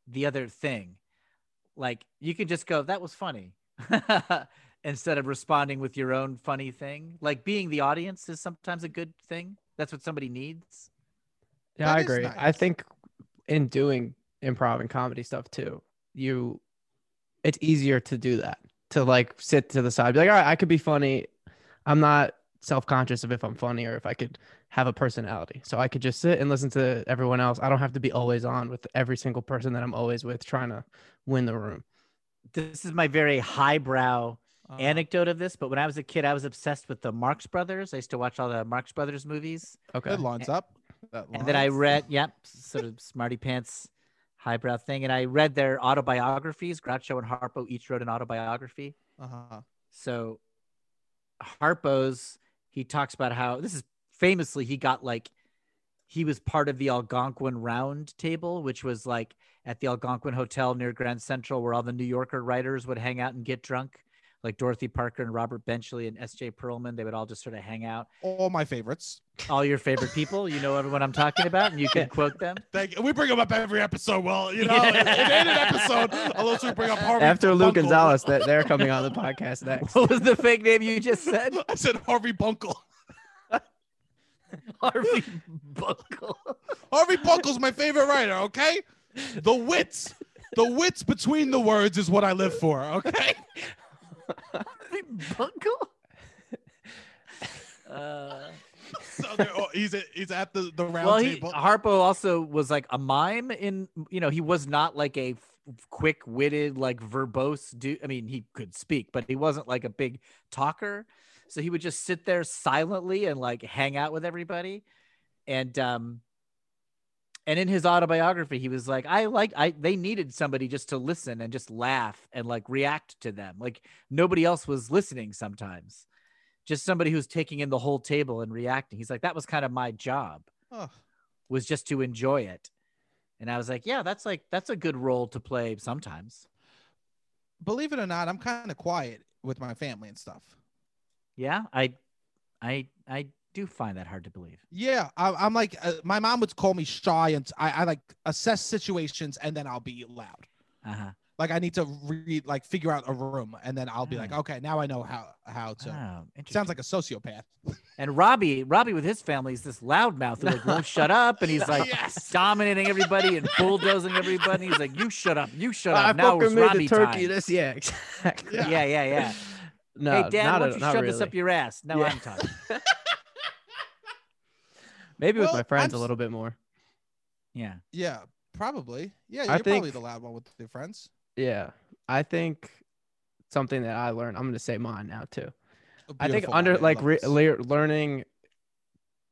the other thing. Like you can just go, that was funny. Instead of responding with your own funny thing. Like being the audience is sometimes a good thing. That's what somebody needs.
Yeah,
That
I
is
agree. I
nice.
think in doing improv and comedy stuff too, you it's easier to do that. To like sit to the side, be like, all right, I could be funny. I'm not self-conscious of if I'm funny or if I could have a personality. So I could just sit and listen to everyone else. I don't have to be always on with every single person that I'm always with trying to win the room.
This is my very highbrow
Uh,
anecdote of this, but when I was a kid, I was obsessed with the Marx Brothers. I used to watch all the Marx Brothers movies.
Okay.
that lines up That
and then I
lines.
read, yep, sort of smarty pants, highbrow thing. And I read their autobiographies. Groucho and Harpo each wrote an autobiography.
uh-huh.
So Harpo's, he talks about how this is famously he got like he was part of the Algonquin Round Table, which was like at the Algonquin Hotel near Grand Central, where all the New Yorker writers would hang out and get drunk, like Dorothy Parker and Robert Benchley and S.J. Perlman. They would all just sort of hang out.
all my favorites
All your favorite people, you know everyone I'm talking about, and you can quote them.
Thank you. We bring them up every episode. Well, you know, it, it ain't an episode unless we bring up Harvey.
After Lou
Bunkle.
Gonzalez, that they're coming on the podcast next.
What was the fake name you just said?
I said Harvey Bunkle.
Harvey Buckle.
Harvey Bunkle's my favorite writer. Okay, the wits, the wits between the words is what I live for. Okay,
Harvey Buckle? Uh,
so they're all- he's at, he's at the the round
well, he,
table.
Harpo also was like a mime in, you know, he was not like a quick witted, like verbose dude. I mean, he could speak, but he wasn't like a big talker. So he would just sit there silently and like hang out with everybody. And um, And in his autobiography, he was like, I like I they needed somebody just to listen and just laugh and like react to them. Like nobody else was listening sometimes. Just somebody who's taking in the whole table and reacting. He's like, that was kind of my job,
Ugh.
was just to enjoy it. And I was like, yeah, that's like that's a good role to play sometimes.
Believe it or not, I'm kind of quiet with my family and stuff.
Yeah, I I I do find that hard to believe.
Yeah, I, I'm like uh, my mom would call me shy, and I, I like assess situations, and then I'll be loud.
Uh-huh.
Like I need to read, like figure out a room, and then I'll be like,
Mm.
Ah.
okay, now I know how how to.
Ah,
Wow,
Sounds
Oh, interesting.
like a sociopath.
And Robbie, Robbie with his family is this loudmouth who like won't shut up, and he's like
Yes.
dominating everybody and bulldozing everybody. He's like, "You shut up, you shut
I
up." now
fucking
it's
made
Robbie
the turkey.
time.
This, yeah, exactly.
yeah, yeah, yeah.
No,
hey,
not
Dad, why
at-
don't you
not
shove this
really.
up your ass? Now
Yeah.
I'm talking.
Maybe with
Well,
my friends
I'm s-
a little bit more.
Yeah,
Yeah, probably. Yeah,
I
you're probably
think-
the loud one with your friends.
Yeah, I think something that I learned. I'm gonna say mine now too.
A
I think
beautiful
under
one,
like
love
re-
this.
lear learning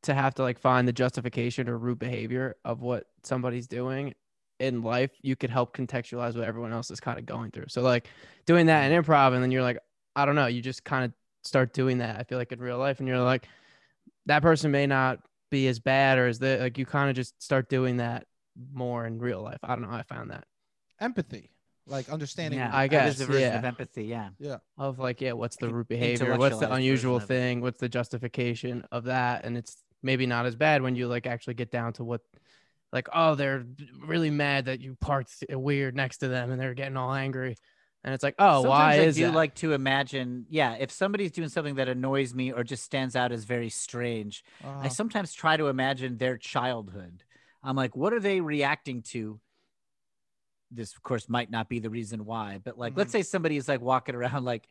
to have to like find the justification or root behavior of what somebody's doing in life, you could help contextualize what everyone else is kind of going through. So like doing that
Mm-hmm.
in improv, and then you're like, I don't know, you just kind of start doing that. I feel like in real life, and you're like, that person may not be as bad or as that. Like you kind of just start doing that more in real life. I don't know. how I found that
empathy, like understanding.
yeah.
I
that is
guess,
the version
yeah.
of empathy. Yeah,
of like, yeah, what's the
Like an
root behavior? What's the
intellectualized
unusual
version of it.
thing? What's the justification of that? And it's maybe not as bad when you like actually get down to what, like, oh, they're really mad that you parked weird next to them and they're getting all angry. And it's like, oh,
Sometimes
why
I
is
do
that?
like to imagine. Yeah, if somebody's doing something that annoys me or just stands out as very strange, I
Uh,
Uh-huh.
sometimes try to imagine their childhood. I'm like, what are they reacting to? This, of course, might not be the reason why, but like, let's
Mm-hmm.
say somebody is like walking around, like,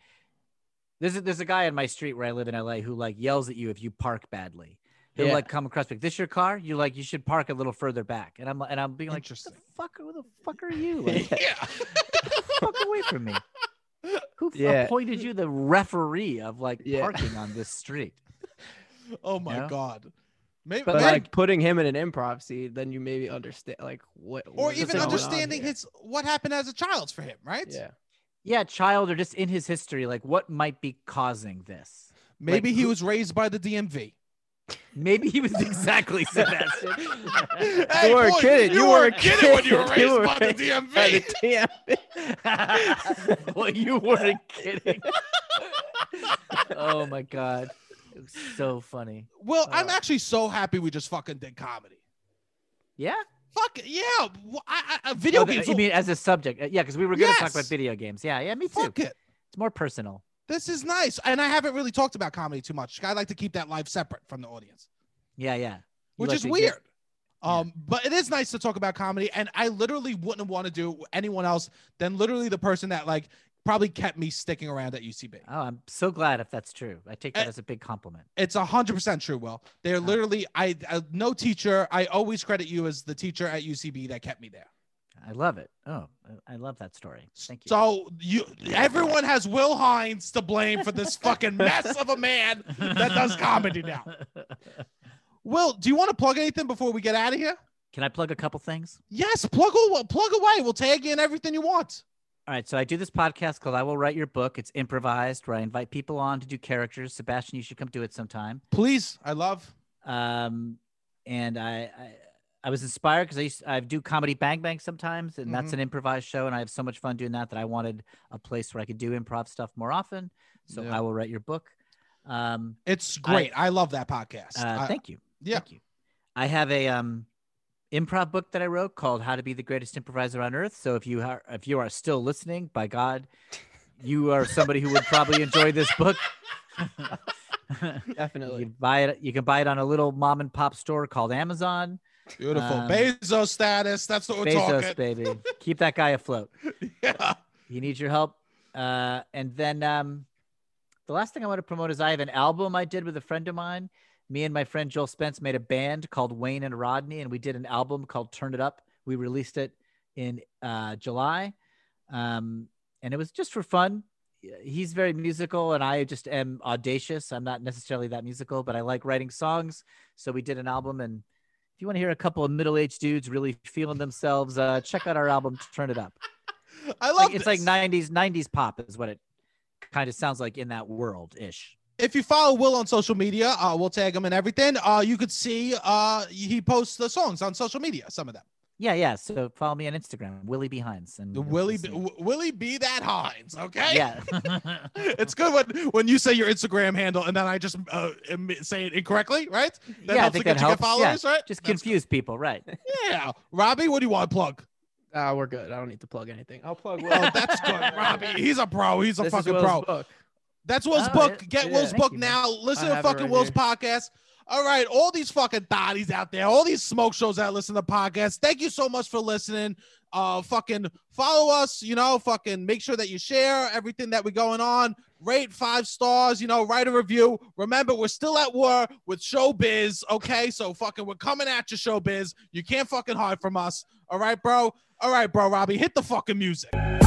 there's a, there's a guy in my street where I live in LA who like yells at you if you park badly. He'll
Yeah.
like come across like, this your car? You're like, you should park a little further back. And I'm and I'm being like, what the
Interesting.
fuck? Who the fuck are you? Like,
Yeah.
fuck away from me. Who
Yeah.
appointed you the referee of like
Yeah.
parking on this street?
oh my
Yeah.
god. Maybe,
but
But,
maybe-
like putting him in an improv scene, then you maybe understand like what,
or
what is
even
going on
understanding
here.
his what happened as a child for him, right?
Yeah,
yeah, child or just in his history, like what might be causing this?
Maybe
Like,
he
who-
was raised by the DMV.
Maybe he was exactly Sebastian.
Hey,
were a
boy,
kid, you were a
kid when you were
kid, you
raised
were
by the
raised
DMV.
yeah.
well, you weren't kidding. oh my god, it was so funny.
Well, I'm
Uh.
actually so happy we just fucking did comedy.
Yeah,
Fuck it, yeah, wh- I, I, I- video
Oh, the-
games.
you
will-
mean as a subject? Uh, Yeah, because we were going to talk about
Yes.
video games. Yeah, yeah, me too.
fuck it.
It's more personal.
This is nice, and I haven't really talked about comedy too much. I like to keep that life separate from the audience,
Yeah, yeah. You
which
like
is
to get-
weird. Um, but it is nice to talk about comedy, and I literally wouldn't want to do anyone else than literally the person that like probably kept me sticking around at UCB.
Oh, I'm so glad if that's true. I take that
Eh.
as a big compliment.
It's a hundred percent true. Will they're literally I, I no teacher. I always credit you as the teacher at UCB that kept me there.
I love it. Oh, I- I love that story. Thank you.
So you, everyone has Will Hines to blame for this fucking mess of a man that does comedy now. Will, do you want to plug anything before we get out of here?
Can I plug a couple things?
Yes, plug away, plug away. We'll tag you in everything you want.
All right, so I do this podcast called I Will Write Your Book. It's improvised, where I invite people on to do characters. Sebastian, you should come do it sometime.
Please, I love.
Um, and I, I, I was inspired because I used I do comedy Bang Bang sometimes, and that's
Mhm.
an improvised show, and I have so much fun doing that that I wanted a place where I could do improv stuff more often. So
Yeah.
I will write your book. Um,
It's great. I, love that podcast.
uh,
I-
thank you.
yeah.
Thank you. I have a um improv book that I wrote called How to Be the Greatest Improviser on Earth. So if you are if you are still listening, by God, you are somebody who would probably enjoy this book.
definitely.
you buy it you can buy it on a little mom and pop store called Amazon.
Beautiful.
Um,
Bezos status. That's what we're
Bezos,
talking.
baby. Keep that guy afloat.
Yeah.
He needs your help. Uh, and then um, the last thing I want to promote is I have an album I did with a friend of mine. Me and my friend Joel Spence made a band called Wayne and Rodney, and we did an album called Turn It Up. We released it in uh, July, um, and it was just for fun. He's very musical, and I just am audacious. I'm not necessarily that musical, but I like writing songs. So we did an album, and If you want to hear a couple of middle-aged dudes really feeling themselves, uh, check out our album Turn It Up.
I love
Like, it's like
this.
90s 90s pop is what it kind of sounds like in that world ish.
if you follow Will on social media, uh, we'll tag him and everything. Uh, you could see uh, he posts the songs on social media. Some of them.
Yeah, yeah. So follow me on Instagram, Willie Behinds, and
The
you'll
Willie
see.
B- W- Willie be that Hines. Okay.
Yeah,
It's good when when you say your Instagram handle and then I just uh, em- say it incorrectly, right? That
yeah. I
helps to
think
get
that
you
helps.
get followers, right?
yeah, just
That's
confuse people, right?
good. Yeah. Robbie, what do you want to plug?
Ah, we're good. I don't need to plug anything. I'll plug Will.
Oh, that's good. Robbie, he's a pro. He's a
This is
fucking
Will's
pro.
book.
That's Will's
Oh,
book.
yeah.
Get
Yeah.
Will's
Thank
book
you, man.
now. Listen
I
to
have it
fucking
right
Will's
here.
podcast. All right, all these fucking thotties out there, all these smoke shows that listen to podcasts. Thank you so much for listening. Uh, fucking follow us. You know, fucking make sure that you share everything that we going on. Rate five stars. You know, write a review. Remember, we're still at war with showbiz. Okay, so fucking we're coming at you, showbiz. You can't fucking hide from us. All right, bro. All right, bro. Robbie, hit the fucking music.